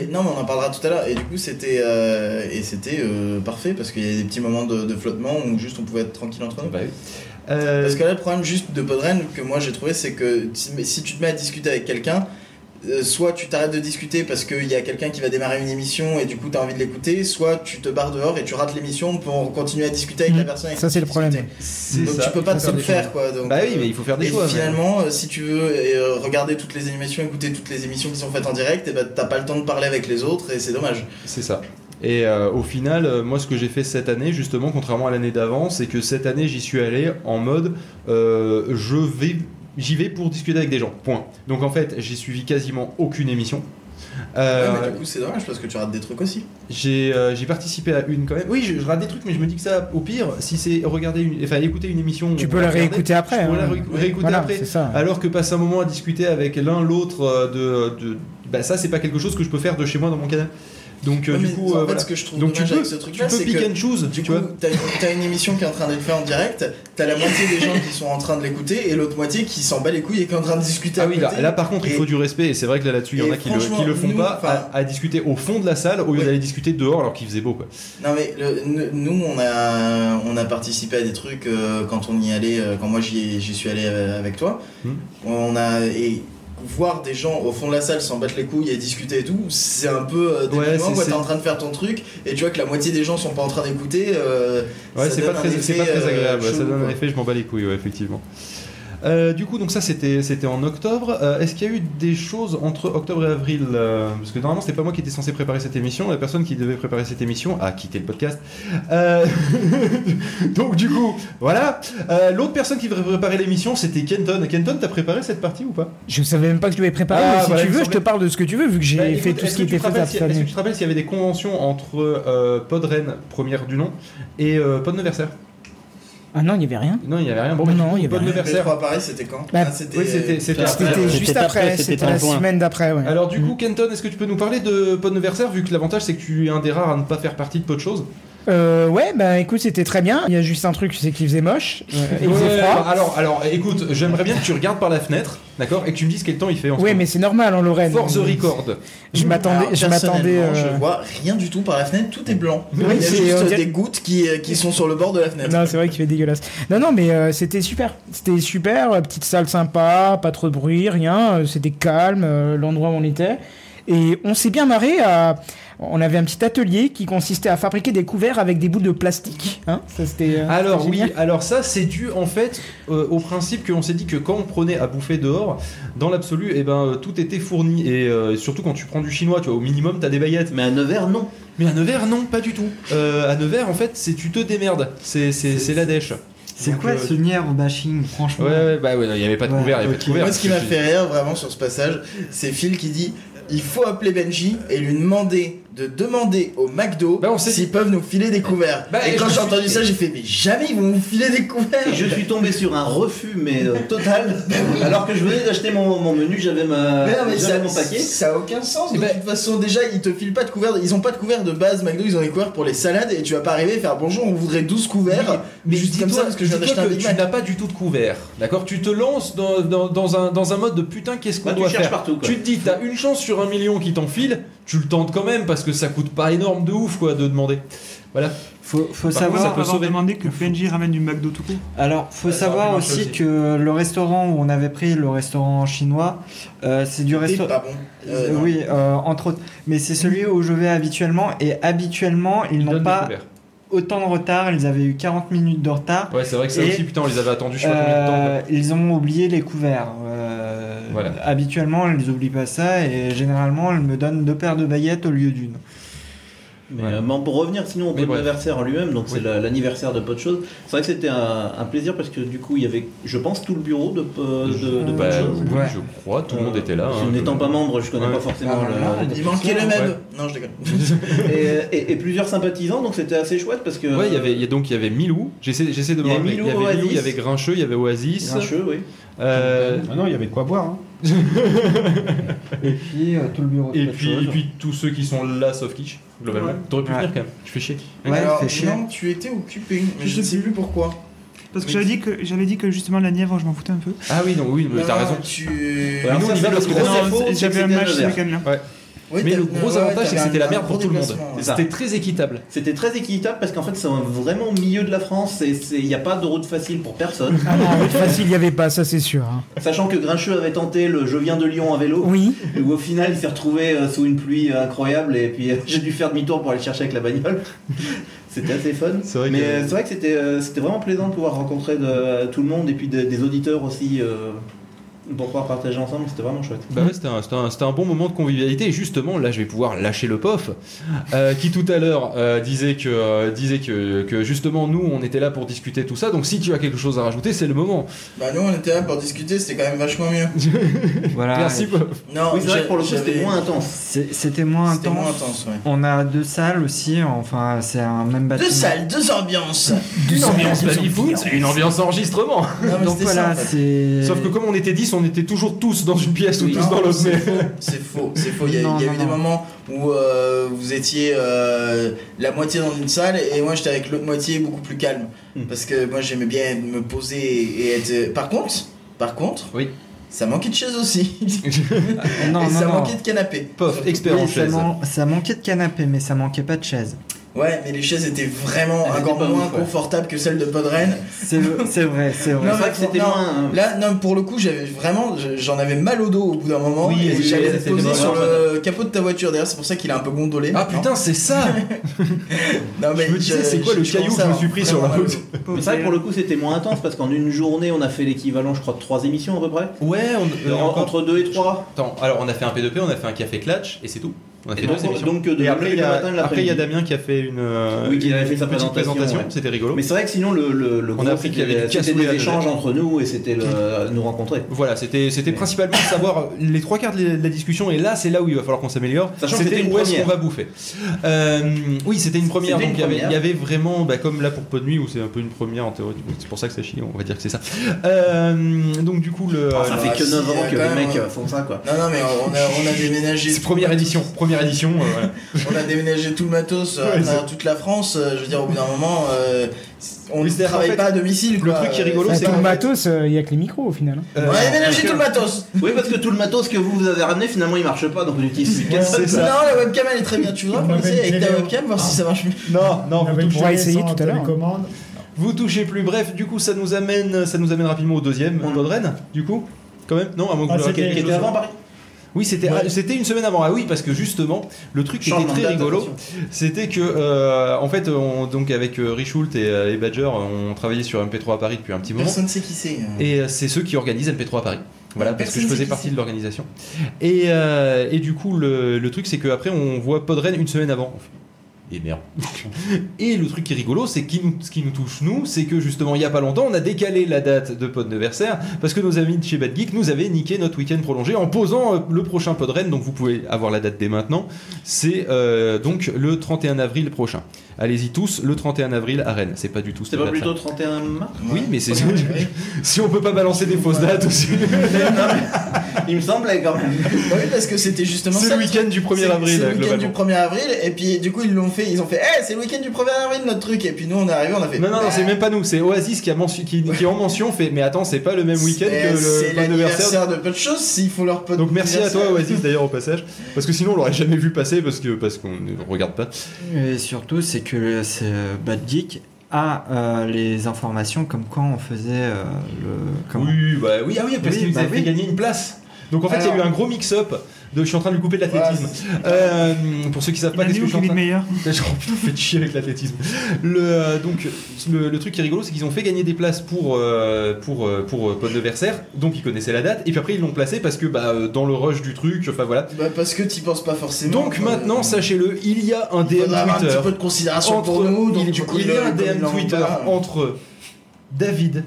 Speaker 6: Et- non, mais on en parlera tout à l'heure. Et du coup, c'était euh, et c'était euh, parfait parce qu'il y avait des petits moments de, de flottement où juste on pouvait être tranquille entre nous.
Speaker 3: Bah oui. Euh,
Speaker 6: Parce que là, le problème juste de Podren que moi j'ai trouvé, c'est que si, mais si tu te mets à discuter avec quelqu'un, euh, soit tu t'arrêtes de discuter parce qu'il y a quelqu'un qui va démarrer une émission et du coup t'as envie de l'écouter, soit tu te barres dehors et tu rates l'émission pour continuer à discuter avec
Speaker 5: Mm.
Speaker 6: la personne. avec
Speaker 5: Ça,
Speaker 6: qui
Speaker 5: c'est
Speaker 6: tu
Speaker 5: le problème.
Speaker 6: discutais.
Speaker 3: C'est
Speaker 6: Donc
Speaker 3: ça.
Speaker 6: tu peux pas
Speaker 3: Il faut
Speaker 6: te le
Speaker 3: faire des
Speaker 6: faire quoi.
Speaker 3: choix.
Speaker 6: Donc,
Speaker 3: Bah oui, mais il faut faire des
Speaker 6: et
Speaker 3: choix. mais-
Speaker 6: finalement, euh, si tu veux euh, regarder toutes les animations, écouter toutes les émissions qui sont faites en direct, et bah, t'as pas le temps de parler avec les autres et c'est dommage.
Speaker 3: C'est ça. Et euh, au final, euh, moi, ce que j'ai fait cette année, justement, contrairement à l'année d'avant, c'est que cette année, j'y suis allé en mode euh, je vais, j'y vais pour discuter avec des gens. Point. Donc en fait, j'ai suivi quasiment aucune émission. Euh,
Speaker 6: Ouais, mais du coup, c'est dommage parce que tu rates des trucs aussi.
Speaker 3: j'ai euh, j'ai participé à une quand même. Oui, je, je rate des trucs, mais je me dis que ça, au pire, si c'est regarder, une, enfin écouter une émission,
Speaker 5: Tu
Speaker 3: on
Speaker 5: peux
Speaker 3: va
Speaker 5: la
Speaker 3: regarder,
Speaker 5: réécouter après,
Speaker 3: Je peux la
Speaker 5: hein.
Speaker 3: ré- réécouter
Speaker 5: Voilà,
Speaker 3: après.
Speaker 5: c'est ça.
Speaker 3: Alors que passer un moment à discuter avec l'un l'autre euh, de, de bah ça, c'est pas quelque chose que je peux faire de chez moi dans mon canal. Donc euh,
Speaker 6: Ouais,
Speaker 3: du
Speaker 6: mais
Speaker 3: coup,
Speaker 6: en fait,
Speaker 3: euh, voilà.
Speaker 6: ce que je trouve
Speaker 3: Donc tu
Speaker 6: dommage
Speaker 3: peux,
Speaker 6: avec ce
Speaker 3: tu
Speaker 6: truc-là,
Speaker 3: peux
Speaker 6: c'est
Speaker 3: pick
Speaker 6: que
Speaker 3: and choose,
Speaker 6: du
Speaker 3: tu
Speaker 6: coup,
Speaker 3: vois.
Speaker 6: t'as une, t'as une émission qui est en train d'être faite en direct, t'as la moitié des gens qui sont en train de l'écouter et l'autre moitié qui s'en bat les couilles et qui est en train de discuter.
Speaker 3: Ah
Speaker 6: à
Speaker 3: oui, là,
Speaker 6: côté.
Speaker 3: là, par contre, il
Speaker 6: Et-
Speaker 3: faut du respect, et c'est vrai que là, là-dessus, il y en
Speaker 6: et
Speaker 3: a qui le, qui
Speaker 6: franchement,
Speaker 3: le font
Speaker 6: nous,
Speaker 3: pas
Speaker 6: enfin-
Speaker 3: à, à discuter au fond de la salle au lieu
Speaker 6: Ouais.
Speaker 3: d'aller discuter dehors alors qu'il faisait beau, quoi.
Speaker 6: Non mais le- ne- nous on a on a participé à des trucs euh, quand on y allait euh, quand moi j'y ai- j'y suis allé euh, avec toi.
Speaker 3: Hmm.
Speaker 6: On a et voir des gens au fond de la salle s'en battre les couilles et discuter et tout, c'est un peu euh,
Speaker 3: Ouais,
Speaker 6: déprimant
Speaker 3: c'est-
Speaker 6: quoi,
Speaker 3: c'est-
Speaker 6: t'es en train de faire ton truc et tu vois que la moitié des gens sont pas en train d'écouter euh,
Speaker 3: Ouais,
Speaker 6: ça
Speaker 3: c'est pas,
Speaker 6: donne un
Speaker 3: très- c'est pas
Speaker 6: effet,
Speaker 3: très
Speaker 6: euh,
Speaker 3: agréable, ça
Speaker 6: chelou,
Speaker 3: donne un
Speaker 6: quoi.
Speaker 3: effet, je m'en bats les couilles, ouais, effectivement. Euh, du coup, donc ça c'était c'était en octobre. Euh, Est-ce qu'il y a eu des choses entre octobre et avril euh, Parce que normalement, c'était pas moi qui était censé préparer cette émission. La personne qui devait préparer cette émission a quitté le podcast. Euh, donc du coup, voilà. Euh, L'autre personne qui devait préparer l'émission, c'était Kenton. Kenton, t'as préparé cette partie ou pas
Speaker 5: Je savais même pas que tu l'avais préparé,
Speaker 3: Ah,
Speaker 5: mais si
Speaker 3: voilà,
Speaker 5: tu
Speaker 3: il me
Speaker 5: veux, je
Speaker 3: semblait-
Speaker 5: te parle de ce que tu veux, vu que j'ai
Speaker 3: Bah, écoute,
Speaker 5: fait tout
Speaker 3: est-ce
Speaker 5: ce
Speaker 3: que
Speaker 5: qui
Speaker 3: tu
Speaker 5: était
Speaker 3: te
Speaker 5: fait
Speaker 3: rappelles
Speaker 5: à
Speaker 3: si-
Speaker 5: cette
Speaker 3: Est-ce que
Speaker 5: année.
Speaker 3: tu te rappelles s'il y avait des conventions entre euh, Podren, première du nom, et euh, Podneversaire
Speaker 5: Ah non, il y avait rien.
Speaker 3: Non, il n'y avait rien. Bon, bah,
Speaker 5: Oh, Non,
Speaker 3: du coup,
Speaker 5: il y avait rien.
Speaker 6: Le
Speaker 3: Podneversaire.
Speaker 6: P3 à Paris c'était quand
Speaker 5: Bah,
Speaker 6: Ah, c'était
Speaker 3: Oui, c'était c'était
Speaker 4: Ah,
Speaker 3: après.
Speaker 5: C'était
Speaker 4: c'était
Speaker 5: juste
Speaker 4: après,
Speaker 5: après,
Speaker 4: c'était
Speaker 5: c'était
Speaker 4: en
Speaker 5: la
Speaker 4: juin.
Speaker 5: semaine d'après, ouais. Mm.
Speaker 3: Alors du coup, Kenton, est-ce que tu peux nous parler de Podneversaire vu que l'avantage c'est que tu es un des rares à ne pas faire partie de peu de choses
Speaker 5: Euh, ouais, bah écoute, c'était très bien. Il y a juste un truc, c'est qu'il faisait moche, euh, il faisait
Speaker 3: Ouais, Ah.
Speaker 5: froid.
Speaker 3: Alors, alors, écoute, j'aimerais bien que tu regardes par la fenêtre, d'accord, et que tu me dises quel temps il fait en ce
Speaker 5: Ouais,
Speaker 3: moment.
Speaker 5: mais c'est normal en Lorraine.
Speaker 3: Force the record. Ah,
Speaker 5: Je
Speaker 6: Alors,
Speaker 5: m'attendais, je
Speaker 6: personnellement,
Speaker 5: m'attendais. euh,
Speaker 6: je vois rien du tout par la fenêtre, tout est blanc.
Speaker 5: Oui,
Speaker 6: Il y a
Speaker 5: c'est- on
Speaker 6: juste
Speaker 5: dirait-
Speaker 6: des gouttes qui, euh, qui sont sur le bord de la fenêtre.
Speaker 5: Non, c'est vrai qu'il fait dégueulasse. Non, non, mais euh, c'était super. C'était super. euh, Petite salle sympa, pas trop de bruit, rien. euh, C'était calme, euh, l'endroit où on était. Et on s'est bien marré à. On avait un petit atelier qui consistait à fabriquer des couverts avec des bouts de plastique. Hein ça, c'était. euh,
Speaker 3: Alors
Speaker 5: c'était
Speaker 3: oui,
Speaker 5: génial.
Speaker 3: alors ça c'est dû en fait euh, au principe qu'on s'est dit que quand on prenait à bouffer dehors, dans l'absolu, eh ben euh, tout était fourni et euh, surtout quand tu prends du chinois, tu vois, au minimum t'as des baguettes.
Speaker 4: Mais à Nevers, non.
Speaker 3: Mais à Nevers non, pas du tout. Euh, à Nevers en fait c'est tu te démerdes, c'est c'est c'est la dèche.
Speaker 8: C'est
Speaker 3: Donc,
Speaker 8: quoi
Speaker 3: euh,
Speaker 8: ce nier bashing, franchement
Speaker 3: Ouais ouais bah ouais, il y avait pas de
Speaker 8: Ouais,
Speaker 3: couvert, il y avait pas de
Speaker 8: ok.
Speaker 3: couvert.
Speaker 6: Moi, ce qui m'a fait rire vraiment sur ce passage, c'est Phil qui dit il faut appeler Benji et lui demander de demander au McDo
Speaker 3: Bah, on s'est
Speaker 6: s'ils peuvent nous filer des couverts.
Speaker 3: Bah,
Speaker 6: et
Speaker 3: et
Speaker 6: quand
Speaker 3: je
Speaker 6: j'ai
Speaker 3: suis-
Speaker 6: entendu ça, j'ai fait mais jamais ils vont nous filer des couverts.
Speaker 4: Et je suis tombé sur un refus, mais euh, total. Alors que je venais d'acheter mon, mon menu, j'avais ma,
Speaker 6: Mais non, mais
Speaker 4: j'avais
Speaker 6: ça,
Speaker 4: mon paquet.
Speaker 6: ça a aucun sens. De
Speaker 3: Eh ben-
Speaker 6: toute façon, déjà, ils te filent pas de couverts. Ils ont pas de couverts de base, McDo. Ils ont des couverts pour les salades. Et tu vas pas arriver et faire bonjour, on voudrait 12 couverts.
Speaker 3: Mais
Speaker 6: juste comme
Speaker 3: dis-toi-
Speaker 6: ça, parce que je viens
Speaker 3: dis-toi
Speaker 6: d'acheter un
Speaker 3: que
Speaker 6: Big
Speaker 3: tu
Speaker 6: Mac.
Speaker 3: n'as pas du tout de couvert, d'accord Tu te lances dans, dans- dans un, dans un mode de putain, qu'est-ce qu'on
Speaker 4: Bah, tu
Speaker 3: doit
Speaker 4: cherches
Speaker 3: faire
Speaker 4: partout, quoi.
Speaker 3: Tu te dis, t'as une chance sur un million qui t'enfile, tu le tentes quand même parce que ça coûte pas énorme de ouf quoi de demander. Voilà.
Speaker 8: Faut, faut
Speaker 3: Par contre,
Speaker 8: savoir.
Speaker 3: ça peut sauver.
Speaker 9: demander que PNJ ramène du McDo tout court.
Speaker 8: Alors, faut
Speaker 3: Ouais, ça aurait
Speaker 8: savoir
Speaker 3: pu marcher
Speaker 8: aussi,
Speaker 3: aussi.
Speaker 8: que le restaurant où on avait pris, le restaurant chinois, euh, c'est du
Speaker 6: T'es
Speaker 8: restaurant.
Speaker 6: pas bon. Euh, non.
Speaker 8: oui, euh, entre autres. Mais c'est celui où je vais habituellement et habituellement ils n'ont
Speaker 3: Donne des
Speaker 8: pas
Speaker 3: couverts.
Speaker 8: autant de retard. Ils avaient eu 40 minutes de retard.
Speaker 3: Ouais, c'est vrai que ça
Speaker 8: Et,
Speaker 3: aussi, putain, on les avait attendus, je sais pas combien de temps. quoi.
Speaker 8: Euh, ils ont oublié les couverts. Euh,
Speaker 3: Voilà.
Speaker 8: Habituellement, ils oublient pas ça et généralement, ils me donnent deux paires de baguettes au lieu d'une.
Speaker 4: Mais,
Speaker 3: Ouais.
Speaker 4: euh, mais pour revenir sinon au
Speaker 3: Mais bref.
Speaker 4: anniversaire en lui-même, donc
Speaker 3: Oui.
Speaker 4: c'est la- l'anniversaire de peu de choses. C'est vrai que c'était un, un plaisir parce que du coup il y avait, je pense, tout le bureau de peu de, de
Speaker 3: Bah,
Speaker 4: peu de choses.
Speaker 3: oui,
Speaker 8: Ouais.
Speaker 3: je crois, tout le
Speaker 4: Euh,
Speaker 3: monde était là.
Speaker 4: je
Speaker 3: hein,
Speaker 4: N'étant
Speaker 3: je-
Speaker 4: pas membre, je connais
Speaker 3: Ouais.
Speaker 4: pas forcément
Speaker 6: Ah,
Speaker 8: Bah,
Speaker 4: le-
Speaker 8: voilà.
Speaker 4: le-
Speaker 6: Il manquait le même.
Speaker 3: Ouais.
Speaker 6: Non, je déconne.
Speaker 4: et, et- et plusieurs sympathisants, donc c'était assez chouette parce que.
Speaker 3: Ouais, il y avait il y a- donc il y avait Milou, j'essaie j'essaie de me
Speaker 4: euh, Il y avait
Speaker 3: rappeler. Il y
Speaker 4: Milou,
Speaker 3: avait Milou, il y
Speaker 4: Oasis.
Speaker 3: avait Grincheux, il y avait Oasis.
Speaker 4: Grincheux, oui.
Speaker 3: euh,
Speaker 9: Ah non, il y avait de quoi boire. Hein.
Speaker 8: Et puis euh, tout le bureau. de
Speaker 3: et
Speaker 8: quelque
Speaker 3: puis,
Speaker 8: chose.
Speaker 3: et puis tous ceux qui sont là sauf Kitsch, globalement. T'aurais pu
Speaker 8: Ouais.
Speaker 3: venir quand même, je fais chier.
Speaker 8: Ouais,
Speaker 6: Alors,
Speaker 8: c'est chiant.
Speaker 6: non, tu étais occupé, mais
Speaker 9: Je
Speaker 6: je ne
Speaker 9: sais
Speaker 6: sais plus pourquoi.
Speaker 9: Parce que
Speaker 6: Oui.
Speaker 9: j'avais dit que j'avais dit que justement la Nièvre, je m'en foutais un peu.
Speaker 3: Ah oui, non, oui, mais
Speaker 6: Non,
Speaker 3: t'as
Speaker 6: non,
Speaker 3: raison.
Speaker 6: Tu...
Speaker 3: Mais nous, on y va parce que
Speaker 4: Gros
Speaker 9: Non,
Speaker 4: défaut, c'est que
Speaker 9: j'avais un
Speaker 4: c'était à
Speaker 9: match ce
Speaker 4: Nevers.
Speaker 9: week-là.
Speaker 6: Oui,
Speaker 3: Mais
Speaker 6: t'as-
Speaker 3: le gros
Speaker 6: ouais,
Speaker 3: avantage,
Speaker 6: t'avais
Speaker 3: c'est que c'était
Speaker 6: un-
Speaker 3: la
Speaker 6: un
Speaker 3: merde
Speaker 6: gros
Speaker 3: pour tout le monde.
Speaker 6: déplacement, ouais.
Speaker 4: C'est ça.
Speaker 3: C'était très équitable.
Speaker 4: C'était très équitable parce qu'en fait, c'est un- vraiment au milieu de la France. Il n'y a pas de route facile pour personne.
Speaker 5: Ah non, route facile, il n'y avait pas, ça c'est sûr. hein.
Speaker 4: Sachant que Grincheux avait tenté le Je viens de Lyon à vélo,
Speaker 5: Oui,
Speaker 4: où au final, il s'est retrouvé euh, sous une pluie euh, incroyable et puis euh, j'ai dû faire demi-tour pour aller le chercher avec la bagnole. C'était assez fun.
Speaker 3: C'est vrai
Speaker 4: Mais
Speaker 3: que-
Speaker 4: euh, c'est vrai que c'était euh, c'était vraiment plaisant de pouvoir rencontrer de- tout le monde et puis de- des auditeurs aussi euh, pour pouvoir partager ensemble. C'était vraiment chouette.
Speaker 3: Bah ouais, c'était un, c'était un- c'était un bon moment de convivialité. Et justement, là, je vais pouvoir lâcher le pof, euh, qui tout à l'heure euh, disait, que, euh, disait que, que justement, nous, on était là pour discuter tout ça. Donc, si tu as quelque chose à rajouter, c'est le moment.
Speaker 6: Bah nous on était là pour discuter, c'était quand même vachement mieux.
Speaker 9: Voilà.
Speaker 3: Merci, pof.
Speaker 6: Non,
Speaker 4: oui, c'est vrai
Speaker 6: j'ai-
Speaker 4: que pour le coup, c'était
Speaker 6: j'avais-
Speaker 4: moins intense.
Speaker 8: C'est- C'était moins
Speaker 6: C'était
Speaker 8: intense.
Speaker 6: moins intense, ouais.
Speaker 8: On a deux salles aussi, enfin c'est un même bâtiment.
Speaker 6: Deux salles, deux ambiances.
Speaker 3: Une ambiance hein. baby-foot, une ambiance enregistrement.
Speaker 6: Non, mais
Speaker 8: Donc
Speaker 6: c'était
Speaker 8: voilà,
Speaker 6: ça, en fait.
Speaker 8: c'est.
Speaker 3: Sauf que, comme on était 10, on était toujours tous dans une pièce ou
Speaker 4: Oui.
Speaker 3: tous dans l'autre.
Speaker 6: C'est
Speaker 3: mais-
Speaker 6: faux, c'est faux, c'est faux. Il y a,
Speaker 8: Non,
Speaker 6: il y a
Speaker 8: non,
Speaker 6: eu des
Speaker 8: non.
Speaker 6: moments où euh, vous étiez euh, la moitié dans une salle et moi j'étais avec l'autre moitié beaucoup plus calme.
Speaker 4: Hmm.
Speaker 6: Parce que moi j'aimais bien me poser et être. Par contre, par contre,
Speaker 3: Oui.
Speaker 6: ça manquait de chaises aussi.
Speaker 8: non,
Speaker 6: et
Speaker 8: non,
Speaker 6: ça
Speaker 8: non.
Speaker 6: manquait de canapé.
Speaker 3: Pof,
Speaker 6: Surtout.
Speaker 3: expert
Speaker 8: Oui,
Speaker 3: en
Speaker 8: ça,
Speaker 3: chaise.
Speaker 8: man- ça manquait de canapé, mais ça manquait pas de chaise.
Speaker 6: Ouais, mais les chaises étaient vraiment
Speaker 4: Elles
Speaker 6: encore
Speaker 4: étaient pas
Speaker 6: moins
Speaker 4: ouf, ouais.
Speaker 6: confortables que celles de Podren.
Speaker 8: C'est c'est vrai, c'est vrai.
Speaker 6: Non,
Speaker 4: c'est vrai
Speaker 6: mais
Speaker 4: que c'était
Speaker 6: non.
Speaker 4: moins. euh,
Speaker 6: Là, non, pour le coup, j'avais vraiment, je- j'en avais mal au dos au bout d'un moment.
Speaker 4: Oui,
Speaker 6: et
Speaker 4: oui,
Speaker 6: j'allais
Speaker 4: oui,
Speaker 6: être
Speaker 4: c'était
Speaker 6: posé
Speaker 4: vraiment
Speaker 6: sur le capot de ta voiture. D'ailleurs, c'est pour ça qu'il a un peu gondolé.
Speaker 3: Ah
Speaker 6: maintenant.
Speaker 3: putain, c'est ça
Speaker 6: Non, mais
Speaker 3: Je me disais, c'est quoi le caillou que je me suis pris sur la route
Speaker 4: Mais c'est vrai que pour le coup, c'était moins intense parce qu'en une journée, on a fait l'équivalent, je crois, de trois émissions à peu près.
Speaker 3: Ouais, on, euh,
Speaker 4: En-
Speaker 3: encore-
Speaker 4: entre deux et trois.
Speaker 3: Attends, alors on a fait un P2P, on a fait un café clutch et c'est tout. On a fait
Speaker 4: Et donc,
Speaker 3: deux émissions.
Speaker 4: donc, euh, de
Speaker 3: Et
Speaker 4: le
Speaker 3: après, il y
Speaker 4: matin,
Speaker 3: a,
Speaker 4: le matin,
Speaker 3: après, il y a
Speaker 4: l'après-midi.
Speaker 3: Damien qui a fait une, euh,
Speaker 4: Oui, qui avait fait
Speaker 3: une
Speaker 4: sa
Speaker 3: petite
Speaker 4: présentation,
Speaker 3: présentation,
Speaker 4: ouais.
Speaker 3: c'était rigolo.
Speaker 4: Mais c'est vrai que sinon, le, le, le
Speaker 3: On a
Speaker 4: gros,
Speaker 3: appris qu'il y avait
Speaker 4: c'était-
Speaker 3: du cassoulet
Speaker 4: c'était
Speaker 3: à
Speaker 4: des
Speaker 3: deux.
Speaker 4: échanges entre nous et c'était le- nous rencontrer.
Speaker 3: Voilà, c'était c'était
Speaker 4: Mais-
Speaker 3: principalement de savoir euh, les trois quarts de la- de la discussion et là c'est là où il va falloir qu'on s'améliore.
Speaker 4: Sachant que c'était une
Speaker 3: où est-ce qu'on va
Speaker 4: première.
Speaker 3: bouffer. Euh, oui, c'était une première.
Speaker 4: C'était
Speaker 3: donc
Speaker 4: une
Speaker 3: il y avait-
Speaker 4: première.
Speaker 3: il y avait vraiment, bah, comme là pour peu de nuit où c'est un peu une première en théorie. du coup, C'est pour ça que ça chie. On va dire que c'est ça. Euh, donc du coup le.
Speaker 4: Enfin, Ah, ça fait que
Speaker 6: si,
Speaker 4: 9
Speaker 6: il y a
Speaker 4: ans que
Speaker 6: quand
Speaker 4: les
Speaker 6: même,
Speaker 4: mecs
Speaker 6: euh,
Speaker 4: euh, font ça, quoi.
Speaker 6: Non, non, mais on a, on a déménagé.
Speaker 3: c'est première édition, première édition. euh, voilà.
Speaker 6: On a déménagé tout le matos euh,
Speaker 3: Ouais,
Speaker 6: à travers toute la France. euh, Je veux dire, au bout d'un moment, euh, on
Speaker 3: Oui,
Speaker 6: ne
Speaker 3: c'est-à-dire, en
Speaker 6: travaille
Speaker 3: fait,
Speaker 6: pas à domicile.
Speaker 3: le
Speaker 6: quoi.
Speaker 3: truc qui est rigolo,
Speaker 5: Bah,
Speaker 6: Euh,
Speaker 3: c'est
Speaker 5: tout
Speaker 3: pas-
Speaker 5: le matos, euh, il n'y a que les micros au final. hein.
Speaker 6: On
Speaker 3: Euh,
Speaker 6: a déménagé tout le matos.
Speaker 4: Oui, parce que tout le matos que vous, vous avez ramené, finalement, il marche pas, donc on utilise celui
Speaker 3: C'est
Speaker 6: Non,
Speaker 3: ça.
Speaker 6: la webcam elle est très bien. Tu voudras
Speaker 7: On
Speaker 6: commencer
Speaker 7: avait une
Speaker 6: avec ta
Speaker 7: vidéo.
Speaker 6: webcam, voir si ça marche mieux.
Speaker 3: Non, non,
Speaker 7: On avait
Speaker 3: vous touchez,
Speaker 5: pourrait essayer
Speaker 7: sans
Speaker 5: tout à l'heure.
Speaker 7: télécommande.
Speaker 3: vous touchez plus. Bref, du coup, ça nous amène, ça nous amène rapidement au deuxième.
Speaker 4: On-
Speaker 3: Podren, du coup, quand même. Non, à moins que
Speaker 7: Ah,
Speaker 3: vous
Speaker 7: c'était-
Speaker 4: qui était avant Paris.
Speaker 3: Oui, c'était
Speaker 6: Ouais.
Speaker 3: ah, c'était une semaine avant. Ah oui, parce que justement, le truc qui était
Speaker 4: Changement de
Speaker 3: très
Speaker 4: date,
Speaker 3: rigolo,
Speaker 4: attention.
Speaker 3: c'était que euh, en fait, on, donc avec euh, Richult et, euh, et Badger, on travaillait sur MP3 à Paris depuis un petit moment.
Speaker 6: Personne ne sait qui c'est. euh.
Speaker 3: Et euh, c'est ceux qui organisent MP3 à Paris. Voilà, parce que je
Speaker 6: Personne
Speaker 3: faisais
Speaker 6: sait qui
Speaker 3: partie
Speaker 6: c'est.
Speaker 3: de l'organisation. Et, euh, et du coup, le, le truc, c'est qu'après, on voit Podren une semaine avant. On fait, Et merde. Et le truc qui est rigolo, c'est qu'il nous- ce qui nous touche, nous, c'est que justement, il y a pas longtemps, on a décalé la date de podniversaire parce que nos amis de chez Bad Geek nous avaient niqué notre week-end prolongé en posant euh, le prochain Podren. Donc vous pouvez avoir la date dès maintenant. C'est euh, donc le 31 avril prochain. Allez-y tous, le 31 avril à Rennes. C'est pas du tout
Speaker 4: C'était
Speaker 3: cette
Speaker 4: pas
Speaker 3: date-là.
Speaker 4: plutôt 31 mars
Speaker 3: Oui, mais c'est
Speaker 6: Ouais, ouais.
Speaker 3: si on peut pas balancer des fausses dates aussi.
Speaker 4: Il me semblait quand même.
Speaker 6: Bah oui, parce que c'était justement
Speaker 3: C'est
Speaker 6: ça.
Speaker 3: le week-end du 1er
Speaker 6: C'est-
Speaker 3: avril,
Speaker 6: C'est le week-end du
Speaker 3: globalement.
Speaker 6: 1er avril, et puis du coup ils l'ont fait, ils ont fait, eh c'est le week-end du 1er avril notre truc, et puis nous on est arrivé, on a fait. Eh,
Speaker 3: Non, non, non, c'est même pas nous, c'est Oasis qui, a mention- qui, qui en mention fait, mais attends, c'est pas le même week-end que le
Speaker 6: C'est
Speaker 3: bon anniversaire.
Speaker 6: l'anniversaire de peu de choses, s'il faut leur peu
Speaker 3: Donc merci à toi Oasis d'ailleurs au passage, parce que sinon on l'aurait jamais vu passer parce que parce qu'on ne regarde pas.
Speaker 8: Et surtout, c'est que le- c'est, euh, Bad Geek a euh, les informations comme quand on faisait euh, le. comment-
Speaker 3: Oui, bah oui, ah oui, parce
Speaker 8: Oui,
Speaker 3: qu'il nous
Speaker 8: bah
Speaker 3: avait fait
Speaker 8: oui.
Speaker 3: gagner une place. Donc en fait, il y a eu
Speaker 6: Alors-
Speaker 3: un gros mix-up. De, je suis en train de lui couper de l'athlétisme. Euh, pour ceux qui savent
Speaker 9: Il
Speaker 3: pas,
Speaker 9: a
Speaker 3: qu'est-ce
Speaker 9: mis
Speaker 3: que
Speaker 9: où
Speaker 3: je suis en
Speaker 9: Kevin
Speaker 3: train
Speaker 9: Meyer
Speaker 3: Genre, putain, faites chier avec l'athlétisme. Le, euh, donc, le, le truc qui est rigolo, c'est qu'ils ont fait gagner des places pour, euh, pour, euh, pour, euh, Podneversaire, donc ils connaissaient la date, et puis après ils l'ont placé parce que bah, euh, dans le rush du truc, enfin voilà.
Speaker 6: Bah parce que t'y penses pas forcément.
Speaker 3: Donc
Speaker 6: quoi.
Speaker 3: maintenant, sachez-le, il y a un
Speaker 6: Il
Speaker 3: DM
Speaker 6: faudra avoir un
Speaker 3: Twitter.
Speaker 6: petit peu de considération
Speaker 3: Entre,
Speaker 6: pour nous, donc
Speaker 3: il,
Speaker 6: du coup
Speaker 3: il y a un
Speaker 6: le-
Speaker 3: DM
Speaker 6: le-
Speaker 3: Twitter
Speaker 6: le-
Speaker 3: entre David,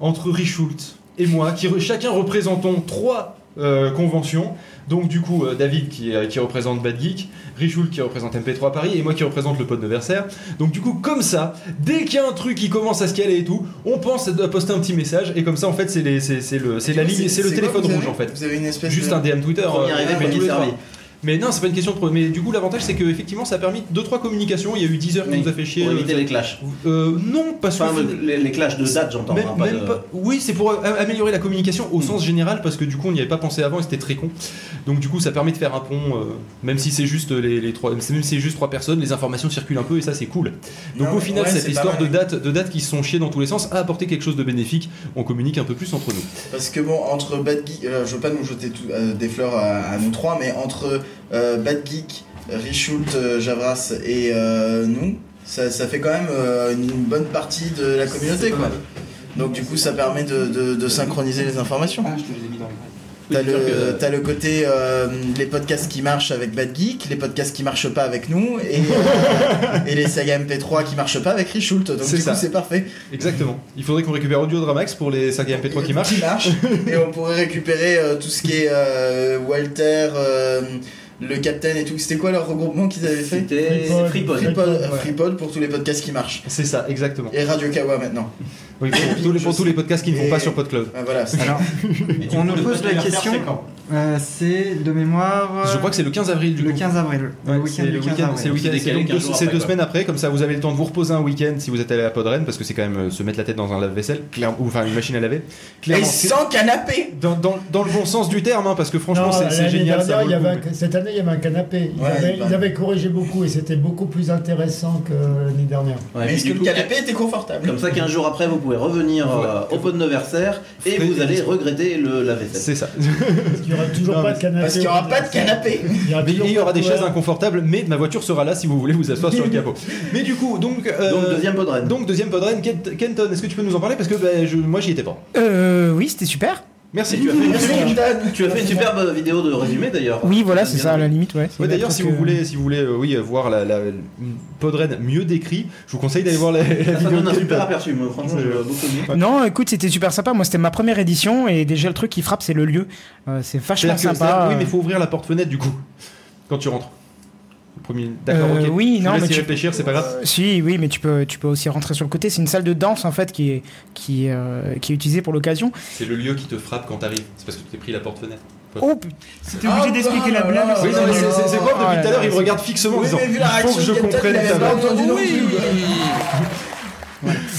Speaker 3: entre Richult et moi, qui re- chacun représentons trois euh, conventions. Donc du coup, euh, David qui, euh, qui représente Bad Geek, Richoul qui représente MP3 Paris et moi qui représente le pod de Versailles. Donc du coup, comme ça, dès qu'il y a un truc qui commence à se caler et tout, on pense à poster un petit message et comme ça, en fait, c'est les- c'est- c'est le, c'est la ligne, c'est le
Speaker 6: quoi,
Speaker 3: téléphone
Speaker 6: vous
Speaker 3: rouge
Speaker 6: avez-
Speaker 3: en fait.
Speaker 6: Vous avez une espèce
Speaker 3: Juste
Speaker 6: de-
Speaker 3: un DM Twitter.
Speaker 4: Premier
Speaker 3: euh,
Speaker 4: arrivé,
Speaker 3: pour
Speaker 4: premier
Speaker 3: tous les
Speaker 4: servi.
Speaker 3: trois. Mais non, c'est pas une question de pro- Mais du coup, l'avantage, c'est que effectivement, ça a permis 2-3 communications. Il y a eu 10 heures qui
Speaker 4: Oui,
Speaker 3: nous a fait chier.
Speaker 4: Pour
Speaker 3: euh,
Speaker 4: éviter
Speaker 3: ça-
Speaker 4: les clashs.
Speaker 3: Euh, non, parce que.
Speaker 4: Enfin, les, les clashs de date, j'entends.
Speaker 3: Même,
Speaker 4: hein, pas
Speaker 3: même
Speaker 4: de- Hmm.
Speaker 3: pas- Oui, c'est pour a- améliorer la communication au sens général parce que du coup on n'y avait pas pensé avant et c'était très con. Donc du coup ça permet de faire un pont, euh, même si c'est juste les, les trois, même si c'est juste trois personnes, les informations circulent un peu et ça c'est cool. Donc
Speaker 6: Non,
Speaker 3: au final
Speaker 6: ouais,
Speaker 3: cette
Speaker 6: c'est pas
Speaker 3: histoire de
Speaker 6: mal.
Speaker 3: dates, de dates qui se sont chiées dans tous les sens a apporté quelque chose de bénéfique. On communique un peu plus entre nous.
Speaker 6: Parce que bon, entre Bad Geek, euh, je veux pas nous jeter tout- euh, des fleurs à, à nous trois, mais entre euh, Bad Geek, Richult, euh, Javras et euh, nous, ça, ça fait quand même euh, une bonne partie de la communauté quoi. Donc du coup ça permet de, de- de synchroniser les informations.
Speaker 4: Ah, je te les ai mis dans le
Speaker 6: T'as
Speaker 3: dire
Speaker 6: le,
Speaker 3: que-
Speaker 6: t'as le côté euh, les podcasts qui marchent avec Bad Geek, les podcasts qui marchent pas avec nous et, euh, et les sagas MP3 qui marchent pas avec Richult. Donc
Speaker 3: C'est
Speaker 6: du
Speaker 3: ça.
Speaker 6: coup c'est parfait.
Speaker 3: Exactement. Il faudrait qu'on récupère Audio Dramax pour les sagas MP3 qui marchent.
Speaker 6: et on pourrait récupérer euh, tout ce qui est euh, Walter, euh, le Captain et tout. C'était quoi leur regroupement qu'ils avaient fait
Speaker 4: C'était
Speaker 7: Freepod.
Speaker 4: Freepod.
Speaker 6: Freepod,
Speaker 7: ouais.
Speaker 6: euh, Freepod pour tous les podcasts qui marchent.
Speaker 3: C'est ça, exactement.
Speaker 6: Et Radio Kawa maintenant.
Speaker 3: Oui, pour, tous les, pour tous les podcasts qui ne vont pas sur PodCloud.
Speaker 6: Ah, voilà. c'est-
Speaker 8: Alors, on nous pose la question. euh, c'est de mémoire. euh,
Speaker 3: Je crois que c'est le 15 avril du
Speaker 8: le
Speaker 3: coup.
Speaker 8: 15 avril.
Speaker 3: Ouais,
Speaker 8: le week-end
Speaker 3: c'est
Speaker 8: du
Speaker 3: le
Speaker 8: 15
Speaker 3: week-end,
Speaker 8: avril.
Speaker 3: c'est le week-end,
Speaker 4: C'est
Speaker 3: c'est
Speaker 4: décalé
Speaker 3: donc
Speaker 4: quinze
Speaker 3: deux-
Speaker 4: jours
Speaker 3: c'est
Speaker 4: après,
Speaker 3: deux
Speaker 4: quoi.
Speaker 3: semaines après, comme ça vous avez le temps de vous reposer un week-end si vous êtes allé à Podren, parce que c'est quand même euh, se mettre la tête dans un lave-vaisselle, clair- ou enfin une machine à laver.
Speaker 6: Et
Speaker 3: Clairement, c'est-
Speaker 6: sans canapé
Speaker 3: dans, dans- dans le bon sens du terme, hein, parce que franchement
Speaker 7: Non,
Speaker 3: c'est- c'est
Speaker 7: l'année
Speaker 3: génial. ça vaut
Speaker 7: dernière, il y
Speaker 3: le coup.
Speaker 7: avait un- cette année, il y avait un canapé. Ils,
Speaker 6: Ouais,
Speaker 7: avaient,
Speaker 6: bah.
Speaker 7: ils avaient corrigé beaucoup et c'était beaucoup plus intéressant que l'année dernière.
Speaker 4: Ouais,
Speaker 6: Mais
Speaker 4: puis
Speaker 6: est-ce que
Speaker 4: du
Speaker 6: le
Speaker 4: coup,
Speaker 6: canapé était confortable
Speaker 4: Comme ça, 15 jours après, vous pouvez revenir euh, au pot de Noversaire et
Speaker 3: Faites
Speaker 4: vous
Speaker 3: des
Speaker 4: allez
Speaker 3: bisous.
Speaker 4: regretter le, la vaisselle.
Speaker 3: C'est ça.
Speaker 7: Parce qu'il n'y aura toujours
Speaker 3: Non,
Speaker 7: pas
Speaker 3: mais-
Speaker 7: de canapé.
Speaker 6: Parce qu'il n'y aura pas de canapé
Speaker 7: Il y aura
Speaker 3: Mais
Speaker 7: toujours
Speaker 3: il y
Speaker 7: pas
Speaker 3: aura des
Speaker 7: couvert.
Speaker 3: chaises inconfortables, mais ma voiture sera là si vous voulez vous asseoir sur le capot. Mais du coup, donc, euh,
Speaker 4: Donc, deuxième pot de Rennes.
Speaker 3: donc deuxième Podren, Kent- Kenton, est-ce que tu peux nous en parler Parce que bah, je- moi j'y étais pas.
Speaker 5: Euh, oui, c'était super.
Speaker 3: Merci.
Speaker 4: Tu as, fait
Speaker 6: Merci,
Speaker 4: une,
Speaker 6: Hinton.
Speaker 4: tu as fait une superbe vidéo de résumé d'ailleurs.
Speaker 5: Oui, voilà, c'est ça, à la limite, ouais. c'est
Speaker 3: Ouais, D'ailleurs,
Speaker 5: la
Speaker 3: si
Speaker 5: truc,
Speaker 3: vous
Speaker 5: euh,
Speaker 3: voulez, si vous voulez, euh, oui, euh, voir la, la- une Podren mieux décrit, je vous conseille d'aller voir la, la
Speaker 4: Ça
Speaker 3: vidéo.
Speaker 4: donne un
Speaker 3: de Kenton.
Speaker 4: super aperçu, moi, franchement, j'ai beaucoup aimé.
Speaker 5: Non, écoute, c'était super sympa. Moi, c'était ma première édition et déjà le truc qui frappe, c'est le lieu. Euh, c'est vachement
Speaker 3: C'est-à-dire que- c'est-à-dire
Speaker 5: sympa.
Speaker 3: que Oui, mais faut ouvrir la porte-fenêtre du coup quand tu rentres. Le premier. D'accord.
Speaker 5: Euh,
Speaker 3: ok.
Speaker 5: oui,
Speaker 3: Je
Speaker 5: non,
Speaker 3: vous laisse y
Speaker 5: mais tu-
Speaker 3: réfléchir, c'est pas grave.
Speaker 5: Euh, Si, oui, mais tu peux, tu peux aussi rentrer sur le côté. C'est une salle de danse en fait qui est, qui, euh, qui est utilisée pour l'occasion.
Speaker 3: C'est le lieu qui te frappe quand t'arrives. C'est parce que tu t'es pris la porte-fenêtre.
Speaker 5: Oh, putain,
Speaker 9: C'était obligé
Speaker 6: Ah,
Speaker 9: d'expliquer la
Speaker 6: bah,
Speaker 9: blague.
Speaker 6: bah,
Speaker 3: oh Oui, non, mais c'est- c'est c'est propre
Speaker 5: Ah,
Speaker 3: depuis tout à
Speaker 5: là,
Speaker 3: l'heure.
Speaker 5: là,
Speaker 3: Il me
Speaker 5: c'est-
Speaker 3: regarde fixement en
Speaker 6: Oui,
Speaker 3: disant.
Speaker 6: mais vu la
Speaker 3: Faut que
Speaker 6: réaction,
Speaker 3: je
Speaker 6: de Kenton,
Speaker 3: comprenne
Speaker 6: il avait
Speaker 3: ta
Speaker 6: pas
Speaker 3: blague.
Speaker 6: entendu non plus.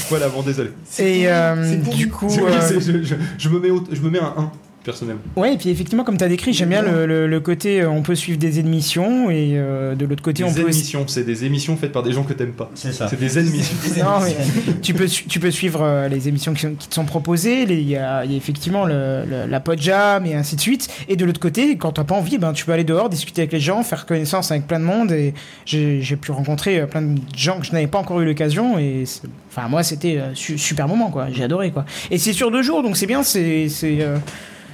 Speaker 3: Voilà, bon, désolé.
Speaker 5: Et euh,
Speaker 6: C'est pour
Speaker 5: du
Speaker 6: nous.
Speaker 5: coup,
Speaker 3: C'est-
Speaker 5: euh,
Speaker 3: c'est- je, je- je me mets au- je me mets un 1 personnellement.
Speaker 5: ouais, et puis effectivement, comme tu as décrit, j'aime bien le, le- le côté euh, on peut suivre des émissions et euh, de l'autre côté,
Speaker 3: Des
Speaker 5: on peut.
Speaker 3: émissions, c'est des émissions faites par des gens que t'aimes pas.
Speaker 4: C'est ça.
Speaker 3: C'est des émissions.
Speaker 5: Non, mais tu, peux, su- tu peux suivre euh, les émissions qui, sont- qui te sont proposées, les- il y, a il y a effectivement le- le- la podjam et ainsi de suite. Et de l'autre côté, quand t'as pas envie, ben, tu peux aller dehors, discuter avec les gens, faire connaissance avec plein de monde. Et j'ai j'ai pu rencontrer euh, plein de gens que je n'avais pas encore eu l'occasion. Et c'est- enfin, moi, c'était euh, su- super moment, quoi. J'ai adoré, quoi. Et c'est sur deux jours, donc c'est bien, c'est. c'est, euh,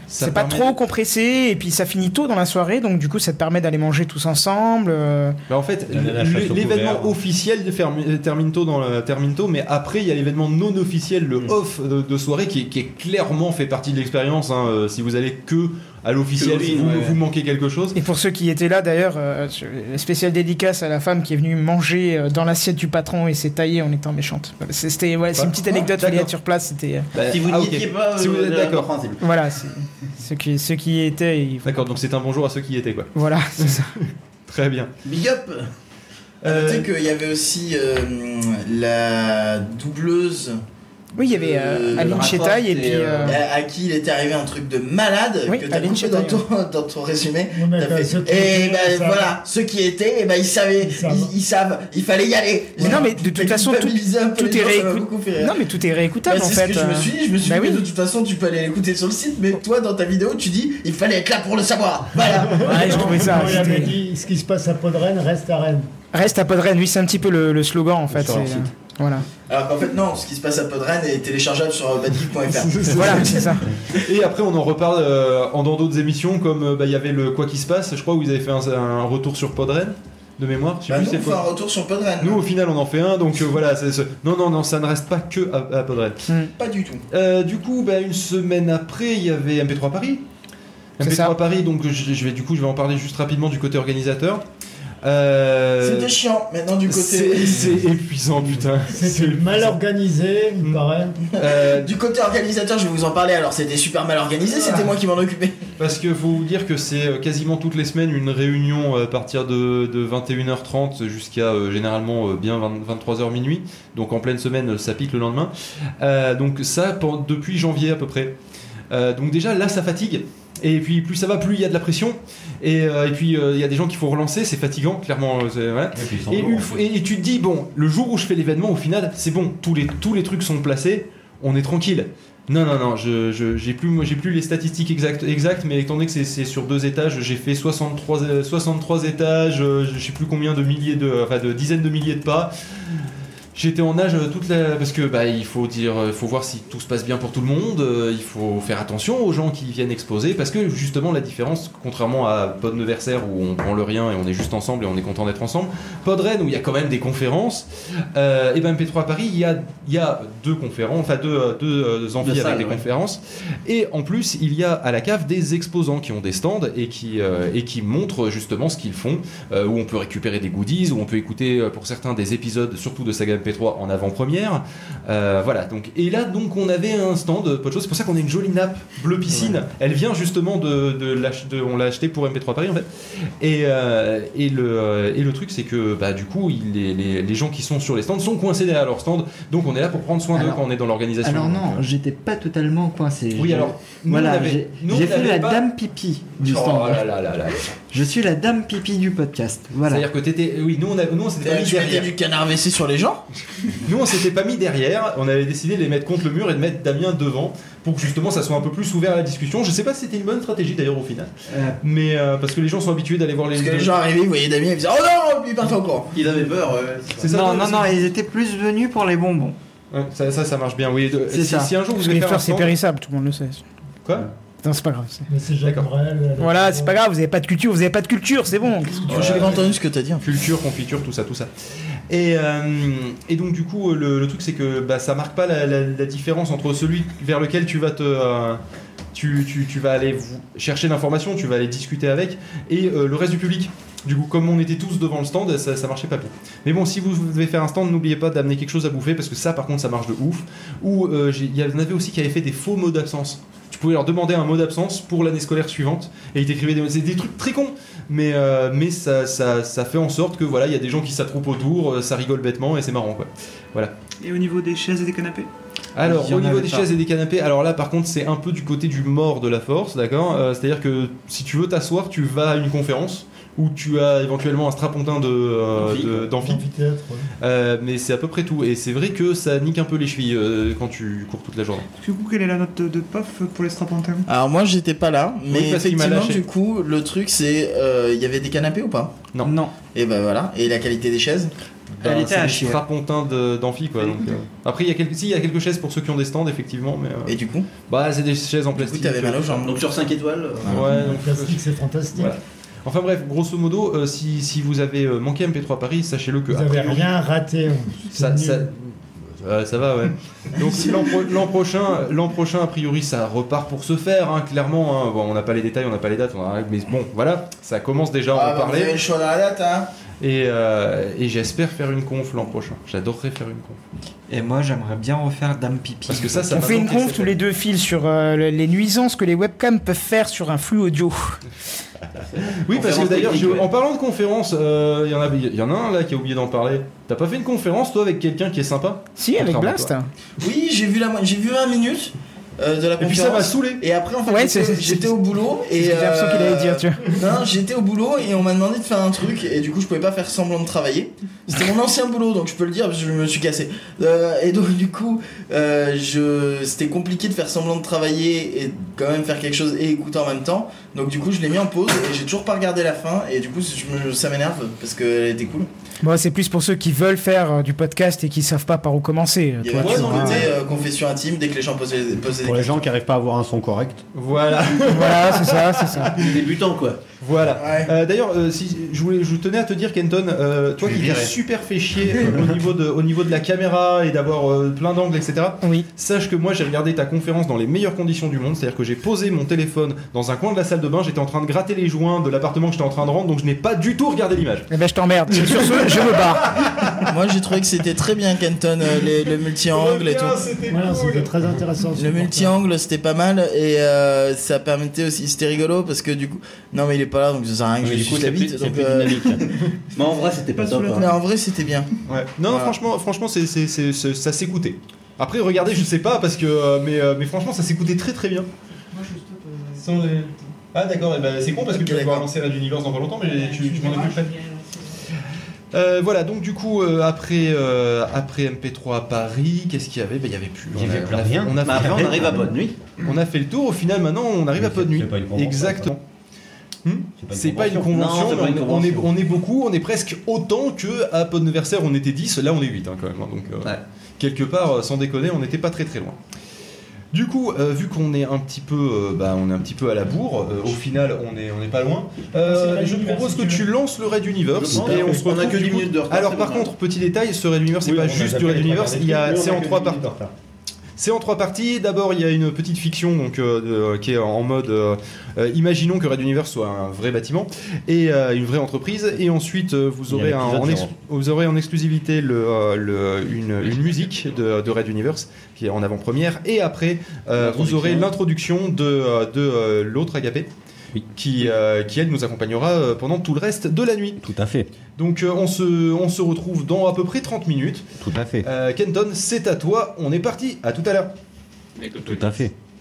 Speaker 3: Ça
Speaker 5: c'est pas
Speaker 3: permet
Speaker 5: trop compressé et puis ça finit tôt dans la soirée donc du coup ça te permet d'aller manger tous ensemble. euh,
Speaker 3: Bah en fait,
Speaker 10: Donner la chasse au
Speaker 3: l'événement
Speaker 10: couvert.
Speaker 3: officiel de Fermi- termine tôt dans le termine tôt, mais après il y a l'événement non officiel, le
Speaker 4: Mm.
Speaker 3: off de, de soirée qui est, qui est clairement fait partie de l'expérience. hein, euh, si vous allez que à l'officiel,
Speaker 4: Que
Speaker 3: si
Speaker 4: oui,
Speaker 3: vous,
Speaker 4: ouais.
Speaker 3: vous manquez quelque chose.
Speaker 5: Et pour ceux qui étaient là d'ailleurs, euh, spéciale dédicace à la femme qui est venue manger euh, dans l'assiette du patron et s'est taillée en étant méchante. Voilà, c'est- C'était voilà, c'est une petite anecdote, fallait
Speaker 3: D'accord.
Speaker 5: être sur place. C'était euh,
Speaker 3: Bah,
Speaker 4: Si vous n'y
Speaker 3: ah, ok.
Speaker 4: étiez pas,
Speaker 3: Si vous êtes d'accord.
Speaker 4: d'accord.
Speaker 5: voilà, c'est- ceux qui ceux qui y étaient, ils-
Speaker 3: D'accord, donc c'est un bonjour à ceux qui y étaient quoi.
Speaker 5: voilà, c'est ça.
Speaker 3: Très bien. Euh,
Speaker 4: Big up
Speaker 6: À noter qu'il y avait aussi euh, la doubleuse
Speaker 5: Oui, il y avait euh,
Speaker 6: Euh,
Speaker 5: Aline
Speaker 4: le
Speaker 5: Chetaille et
Speaker 4: rapport,
Speaker 5: puis
Speaker 4: c'est, euh,
Speaker 5: euh,
Speaker 6: à, à qui il était arrivé un truc de malade
Speaker 5: Oui,
Speaker 6: que t'as
Speaker 5: Aline
Speaker 6: coupé dans
Speaker 5: Chetaille,
Speaker 6: ton, dans ton résumé.
Speaker 7: Ouais, mais
Speaker 6: T'as
Speaker 7: enfin,
Speaker 6: fait,
Speaker 7: ceux qui
Speaker 6: et
Speaker 7: étaient,
Speaker 6: ben
Speaker 7: ça-
Speaker 6: voilà, ceux qui étaient, et ben ils savaient, ils,
Speaker 7: Ils savent.
Speaker 6: ils savent, il fallait y aller.
Speaker 5: Mais non, mais de toute façon, tout- tout est réécoute- non
Speaker 6: réécoutable.
Speaker 5: mais tout est réécoutable en
Speaker 6: Bah, c'est
Speaker 5: fait.
Speaker 6: euh, ce que je me
Speaker 5: euh,
Speaker 6: suis dit, je me suis
Speaker 5: bah
Speaker 6: dit, mais
Speaker 5: oui.
Speaker 6: de toute façon, tu peux aller l'écouter sur le site, mais toi, dans ta vidéo, tu dis, il fallait être là pour le savoir. Voilà.
Speaker 5: Ouais, je trouvais ça.
Speaker 7: On lui avait
Speaker 5: c'était-
Speaker 7: dit, ce qui se passe à Podren reste à Rennes.
Speaker 5: Reste à Podren, lui c'est un petit peu le, le slogan en fait.
Speaker 10: Sur leur
Speaker 5: c'est,
Speaker 10: site.
Speaker 5: euh, Voilà,
Speaker 6: Alors qu'en fait, non, ce qui se passe à Podren est téléchargeable sur badgeek.fr.
Speaker 5: voilà, c'est ça.
Speaker 3: Et après on en reparle euh, en dans d'autres émissions comme euh, bah, il y avait le quoi qui se passe. Je crois où ils avaient fait un, un retour sur Podren de mémoire. Je sais
Speaker 6: Bah,
Speaker 3: plus
Speaker 6: nous,
Speaker 3: c'est
Speaker 6: on fait
Speaker 3: quoi.
Speaker 6: un retour sur Podren.
Speaker 3: Nous au final on en fait un donc euh, voilà. c'est ce- Non non non ça ne reste pas que à, à Podren.
Speaker 6: Pas du tout.
Speaker 3: Euh, du coup, bah, une semaine après, il y avait MP3 Paris.
Speaker 5: C'est
Speaker 3: MP3
Speaker 5: ça.
Speaker 3: Paris, donc je, je vais du coup, je vais en parler juste rapidement du côté organisateur. Euh,
Speaker 6: C'était chiant, maintenant du
Speaker 3: c'est-
Speaker 6: côté.
Speaker 3: c'est épuisant, putain.
Speaker 7: C'était mal organisé,
Speaker 3: Mm.
Speaker 7: il me paraît.
Speaker 3: Euh,
Speaker 6: Du côté organisateur, je vais vous en parler alors, c'était super mal
Speaker 3: Ah.
Speaker 6: organisé, c'était moi qui m'en occupais.
Speaker 3: Parce que faut vous dire que c'est euh, quasiment toutes les semaines une réunion euh, à partir de, de 21h30 jusqu'à euh, généralement euh, bien 23h minuit. Donc en pleine semaine, euh, ça pique le lendemain. Euh, donc ça pen- depuis janvier à peu près. Euh, donc déjà là, ça fatigue. Et puis plus ça va, plus il y a de la pression. Et, euh, et puis euh, il y a des gens qu'il faut relancer, c'est fatigant, clairement. euh, c'est- voilà. Et, une fois- et- et tu te dis, bon, le jour où je fais l'événement, au final, c'est bon, tous les, tous les trucs sont placés, on est tranquille. Non, non, non, je, je- j'ai, plus, moi, j'ai plus les statistiques exactes, exactes, mais étant donné que c'est, c'est sur deux étages, j'ai fait 63, euh, 63 étages, euh, je sais plus combien de milliers de. enfin de dizaines de milliers de pas. J'étais en âge euh, toute la. Parce que bah, il faut dire, euh, faut voir si tout se passe bien pour tout le monde, euh, il faut faire attention aux gens qui viennent exposer, parce que justement la différence, contrairement à Podneversaire où on prend le rien et on est juste ensemble et on est content d'être ensemble, Podren où il y a quand même des conférences, euh, et ben MP3 à Paris il y a, il y a deux conférences, enfin deux, euh, deux, euh, amphis
Speaker 4: Deux
Speaker 3: avec
Speaker 4: salles,
Speaker 3: des
Speaker 4: ouais.
Speaker 3: conférences, et en plus il y a à la cave des exposants qui ont des stands et qui, euh, et qui montrent justement ce qu'ils font, euh, où on peut récupérer des goodies, où on peut écouter euh, pour certains des épisodes, surtout de Saga MP3 en avant-première, euh, voilà, donc et là donc on avait un stand, euh, pas de chose. C'est pour ça qu'on a une jolie nappe bleu piscine. Elle vient justement de, de, l'ach- de- on l'a acheté pour MP3 Paris en fait. Et, euh, et le euh, et le truc c'est que bah du coup il- les, les, les gens qui sont sur les stands sont coincés derrière leur stand. Donc on est là pour prendre soin d'eux
Speaker 10: Alors-
Speaker 3: quand on est dans l'organisation.
Speaker 10: Alors
Speaker 3: Donc,
Speaker 10: non,
Speaker 3: euh,
Speaker 10: j'étais pas totalement coincé.
Speaker 3: Oui
Speaker 10: Je-
Speaker 3: alors. nous, on
Speaker 10: Voilà,
Speaker 3: avait-
Speaker 10: j'ai
Speaker 3: nous, on
Speaker 10: j'ai fait
Speaker 3: n'avait
Speaker 10: la
Speaker 3: pas-
Speaker 10: dame pipi du
Speaker 3: Oh
Speaker 10: stand.
Speaker 3: là là là là là.
Speaker 10: Je suis la dame pipi du podcast. Voilà.
Speaker 3: C'est-à-dire que t'étais, oui, nous on, a, nous on s'était pas
Speaker 6: T'as
Speaker 3: mis
Speaker 6: tu mettais
Speaker 3: derrière.
Speaker 6: du canard WC sur les gens
Speaker 3: Nous on s'était pas mis derrière. On avait décidé de les mettre contre le mur et de mettre Damien devant pour que justement ça soit un peu plus ouvert à la discussion. Je sais pas si c'était une bonne stratégie d'ailleurs au final.
Speaker 8: Euh,
Speaker 3: Mais euh, parce que les gens sont habitués d'aller voir les.
Speaker 6: Parce que les gens arrivaient, ils voyaient Damien, ils disaient Oh non, puis ils partaient en courant.
Speaker 4: Ils avaient peur. euh,
Speaker 3: C'est ça,
Speaker 10: non,
Speaker 3: toi,
Speaker 10: non,
Speaker 3: c'est-
Speaker 10: non, ils étaient plus venus pour les bonbons.
Speaker 3: Ouais, ça, ça, ça marche bien. Oui. De-
Speaker 10: C'est
Speaker 3: si,
Speaker 10: ça.
Speaker 3: si un jour vous
Speaker 5: Parce que
Speaker 3: voulez
Speaker 5: les
Speaker 3: faire un
Speaker 5: fleurs, c'est
Speaker 3: stand-
Speaker 5: périssable, tout le monde le sait.
Speaker 3: Quoi
Speaker 5: Putain, c'est pas grave. c'est-
Speaker 7: Mais c'est Jacques
Speaker 3: D'accord.
Speaker 7: Brel. euh,
Speaker 5: Voilà, c'est pas grave, vous avez pas de culture, vous avez pas de culture, c'est bon. qu'est-ce que tu-
Speaker 3: Ouais.
Speaker 6: J'ai pas entendu ce que t'as dit.
Speaker 3: Culture, confiture, tout ça, tout ça. Et, euh, et donc du coup, le, le truc c'est que bah, ça marque pas la, la- la différence entre celui vers lequel tu vas te euh, tu, tu- tu vas aller vous- chercher l'information, tu vas aller discuter avec, et euh, le reste du public. Du coup, comme on était tous devant le stand, ça, ça marchait pas bien. Mais bon, si vous devez faire un stand, n'oubliez pas d'amener quelque chose à bouffer, parce que ça, par contre, ça marche de ouf. Ou euh, j'ai- il y en avait aussi qui avaient fait des faux mots d'absence. Tu pouvais leur demander un mot d'absence pour l'année scolaire suivante, et ils t'écrivaient des, c'est des trucs très cons mais, euh, mais ça, ça, ça fait en sorte que voilà, il y a des gens qui s'attroupent autour, euh, ça rigole bêtement et c'est marrant quoi.
Speaker 9: Et au niveau des chaises et des canapés
Speaker 3: Alors
Speaker 8: Il y en
Speaker 3: au niveau
Speaker 8: avait
Speaker 3: des
Speaker 8: pas.
Speaker 3: chaises et des canapés, alors là par contre c'est un peu du côté du mort de la force, d'accord Euh, C'est-à-dire que si tu veux t'asseoir, tu vas à une conférence où tu as éventuellement un strapontin de euh,
Speaker 4: D'amphi.
Speaker 3: de- d'amphi,
Speaker 7: Amphithéâtre. ouais.
Speaker 3: Euh, mais c'est à peu près tout. Et c'est vrai que ça nique un peu les chevilles euh, quand tu cours toute la journée.
Speaker 9: Parce que, Du coup, quelle est la note de, de POF pour les strapantins
Speaker 6: Alors moi j'étais pas là, mais
Speaker 3: parce qu'il m'a
Speaker 6: effectivement
Speaker 3: lâché.
Speaker 6: du coup le truc c'est euh, il y avait des canapés ou pas
Speaker 3: Non.
Speaker 6: Et ben voilà, et la qualité des chaises
Speaker 3: Ben,
Speaker 8: Elle
Speaker 3: c'est
Speaker 8: était à
Speaker 3: des
Speaker 8: chier.
Speaker 3: strapontins de- d'amphi quoi. donc, euh, Après il y a quelques, si, il y a quelques chaises pour ceux qui ont des stands effectivement, mais euh,
Speaker 6: Et du coup,
Speaker 3: bah c'est des chaises en
Speaker 6: du coup
Speaker 3: plastique. euh,
Speaker 6: t'avais mal aux jambes. Ah,
Speaker 4: Donc sur 5 étoiles. euh,
Speaker 3: Ouais,
Speaker 7: Le
Speaker 3: donc, euh,
Speaker 7: plastique, c'est fantastique.
Speaker 3: Voilà. Enfin bref, grosso modo, euh, si, si vous avez euh, manqué MP3 Paris, sachez-le que
Speaker 7: Vous
Speaker 3: a
Speaker 7: avez
Speaker 3: priori,
Speaker 7: rien raté. hein.
Speaker 3: ça,
Speaker 7: C'est
Speaker 3: ça,
Speaker 7: nul.
Speaker 3: Euh, ça va, ouais. Donc si l'an pro- l'an prochain, l'an prochain, a priori, ça repart pour se faire, hein, clairement. hein. Bon, on n'a pas les détails, on n'a pas les dates, on a... mais bon, voilà, ça commence déjà à
Speaker 6: Ah,
Speaker 3: en
Speaker 6: bah, vous avez
Speaker 3: parler.
Speaker 6: le choix dans la date hein
Speaker 3: Et, euh, et j'espère faire une conf l'an prochain. J'adorerais faire une conf.
Speaker 8: Et moi, j'aimerais bien refaire Dame Pipi.
Speaker 3: Parce que ça, ça
Speaker 5: On
Speaker 3: m'a
Speaker 5: fait une
Speaker 3: manqué,
Speaker 5: conf
Speaker 3: cette
Speaker 5: tous les deux fils sur euh, le- les nuisances que les webcams peuvent faire sur un flux audio.
Speaker 3: Oui, parce que
Speaker 4: Conférence
Speaker 3: d'ailleurs,
Speaker 4: technique,
Speaker 3: j'ai-
Speaker 4: ouais.
Speaker 3: en parlant de conférence, euh, il y en a- il y, en a un là qui a oublié d'en parler. T'as pas fait une conférence, toi, avec quelqu'un qui est sympa
Speaker 5: Si, avec
Speaker 3: Contrairement
Speaker 5: Blast.
Speaker 6: bah, Oui, j'ai vu la mo- j'ai vu 20 minutes euh, de la
Speaker 3: Et puis ça m'a
Speaker 6: conférence.
Speaker 3: saoulé.
Speaker 6: Et après en fait
Speaker 5: Ouais,
Speaker 6: j'étais-
Speaker 5: c'est- c'est-
Speaker 6: j'étais au boulot et
Speaker 5: J'ai l'impression qu'il allait
Speaker 6: euh,
Speaker 5: dire, tu vois.
Speaker 6: Non, j'étais au boulot et on m'a demandé de faire un truc et du coup je pouvais pas faire semblant de travailler. C'était mon ancien boulot donc je peux le dire parce que je me suis cassé. Euh, et donc du coup euh, je c'était compliqué de faire semblant de travailler et quand même faire quelque chose et écouter en même temps. Donc du coup je l'ai mis en pause et j'ai toujours pas regardé la fin et du coup je me- ça m'énerve parce qu'elle était cool.
Speaker 5: Bon, c'est plus pour ceux qui veulent faire euh, du podcast et qui savent pas par où commencer.
Speaker 6: Il y
Speaker 5: Toi,
Speaker 6: avait
Speaker 5: tu
Speaker 6: un petit
Speaker 5: vois.
Speaker 6: côté euh, confession intime dès que les gens posaient, posaient
Speaker 11: pour les gens qui n'arrivent pas à avoir un son correct.
Speaker 3: Voilà.
Speaker 5: voilà, c'est ça, c'est ça.
Speaker 4: Débutant quoi.
Speaker 3: Voilà. Euh, D'ailleurs, euh, si, je, voulais, je tenais à te dire, Kenton, euh, toi
Speaker 4: Tu
Speaker 3: qui
Speaker 4: les
Speaker 3: t'es
Speaker 4: verrais.
Speaker 3: super fait chier euh, au, niveau de, au niveau de la caméra et d'avoir euh, plein d'angles, etc.
Speaker 5: Oui.
Speaker 3: Sache que moi, j'ai regardé ta conférence dans les meilleures conditions du monde. C'est-à-dire que j'ai posé mon téléphone dans un coin de la salle de bain. J'étais en train de gratter les joints de l'appartement que j'étais en train de rendre, donc je n'ai pas du tout regardé l'image.
Speaker 5: Eh ben, je t'emmerde. Sur ce, je me barre.
Speaker 6: Moi, j'ai trouvé que c'était très bien, Kenton, euh, les- le multi-angle et tout.
Speaker 7: Voilà, Oh, c'était très intéressant.
Speaker 6: Le multi-angle, c'était pas mal et euh, ça permettait aussi, c'était rigolo parce que du coup, non mais il est pas là donc ça sert à rien que je
Speaker 4: Mais
Speaker 6: lui
Speaker 4: du
Speaker 6: suce
Speaker 4: coup,
Speaker 6: la
Speaker 4: c'est plus-
Speaker 6: bite.
Speaker 4: c'est
Speaker 6: donc,
Speaker 4: plus
Speaker 6: euh,
Speaker 4: Mais Bah, en vrai, c'était pas top. hein.
Speaker 6: Mais en vrai, c'était bien.
Speaker 3: Ouais. Non, non, franchement, franchement c'est, c'est- c'est- c'est- ça s'écoutait. Après, regardez, je sais pas, parce que. euh, mais, euh, mais franchement, ça s'écoutait très très bien. Sans les- Ah, d'accord, eh ben, c'est con parce que tu vas pouvoir lancer Red Universe dans pas longtemps, mais tu, tu m'en as plus fait. Euh, voilà, donc du coup, euh, après, euh, après MP3 à Paris, qu'est-ce qu'il y avait Ben, Il y avait plus.
Speaker 11: Il y avait
Speaker 3: On a-
Speaker 11: plus
Speaker 3: on a-
Speaker 11: rien.
Speaker 3: On a
Speaker 4: Mais
Speaker 3: fait-
Speaker 4: Bah, après, on arrive à bonne nuit.
Speaker 3: On a fait le tour, au final, maintenant, on arrive à peu de nuit.
Speaker 11: pas une convention,
Speaker 3: Exactement. Hmm c'est pas une
Speaker 4: convention.
Speaker 3: convention,
Speaker 4: Non, c'est pas
Speaker 3: mais
Speaker 4: une
Speaker 3: on- on, est,
Speaker 4: convention.
Speaker 3: on est beaucoup, on est presque autant que à Podneversaire on était 10, là on est 8 hein, quand même. hein, donc euh,
Speaker 4: Ouais.
Speaker 3: quelque part, euh, sans déconner, on n'était pas très très loin. Du coup, euh, vu qu'on est un petit peu, euh, bah, on est un petit peu à la bourre, euh, au final on est, on est pas loin. euh,
Speaker 7: C'est Red
Speaker 3: je
Speaker 7: Universe,
Speaker 3: propose
Speaker 7: si
Speaker 3: que
Speaker 7: tu
Speaker 3: tu lances le Raid Universe
Speaker 4: Je pense.
Speaker 3: et on se
Speaker 4: On a
Speaker 3: retrouve
Speaker 4: que
Speaker 3: du
Speaker 4: 10
Speaker 3: coup-
Speaker 4: minutes de retard,
Speaker 3: Alors
Speaker 4: c'est
Speaker 3: par
Speaker 4: normal.
Speaker 3: contre, petit détail, ce Raid Universe c'est pas juste du Raid Universe, il y a- c'est en trois parties. C'est en trois parties. D'abord, il y a une petite fiction donc, euh, de- qui est en mode euh, euh, imaginons que Red Universe soit un vrai bâtiment et euh, une vraie entreprise. Et ensuite, euh, vous
Speaker 11: Il y a
Speaker 3: aurez, un-
Speaker 11: l'épisode
Speaker 3: en, ex-
Speaker 11: zéro.
Speaker 3: vous aurez en exclusivité le, euh, le- une, une musique de, de Red Universe qui est en avant-première. Et après, euh, vous aurez l'introduction de, euh, de euh, l'autre agapé. Qui, euh, qui elle nous accompagnera euh, pendant tout le reste de la nuit.
Speaker 11: Tout à fait,
Speaker 3: Donc euh, on, se, on se retrouve dans à peu près 30 minutes.
Speaker 11: tout à fait,
Speaker 3: Euh, Kenton, c'est à toi, on est parti, à tout à l'heure.
Speaker 11: tout à fait.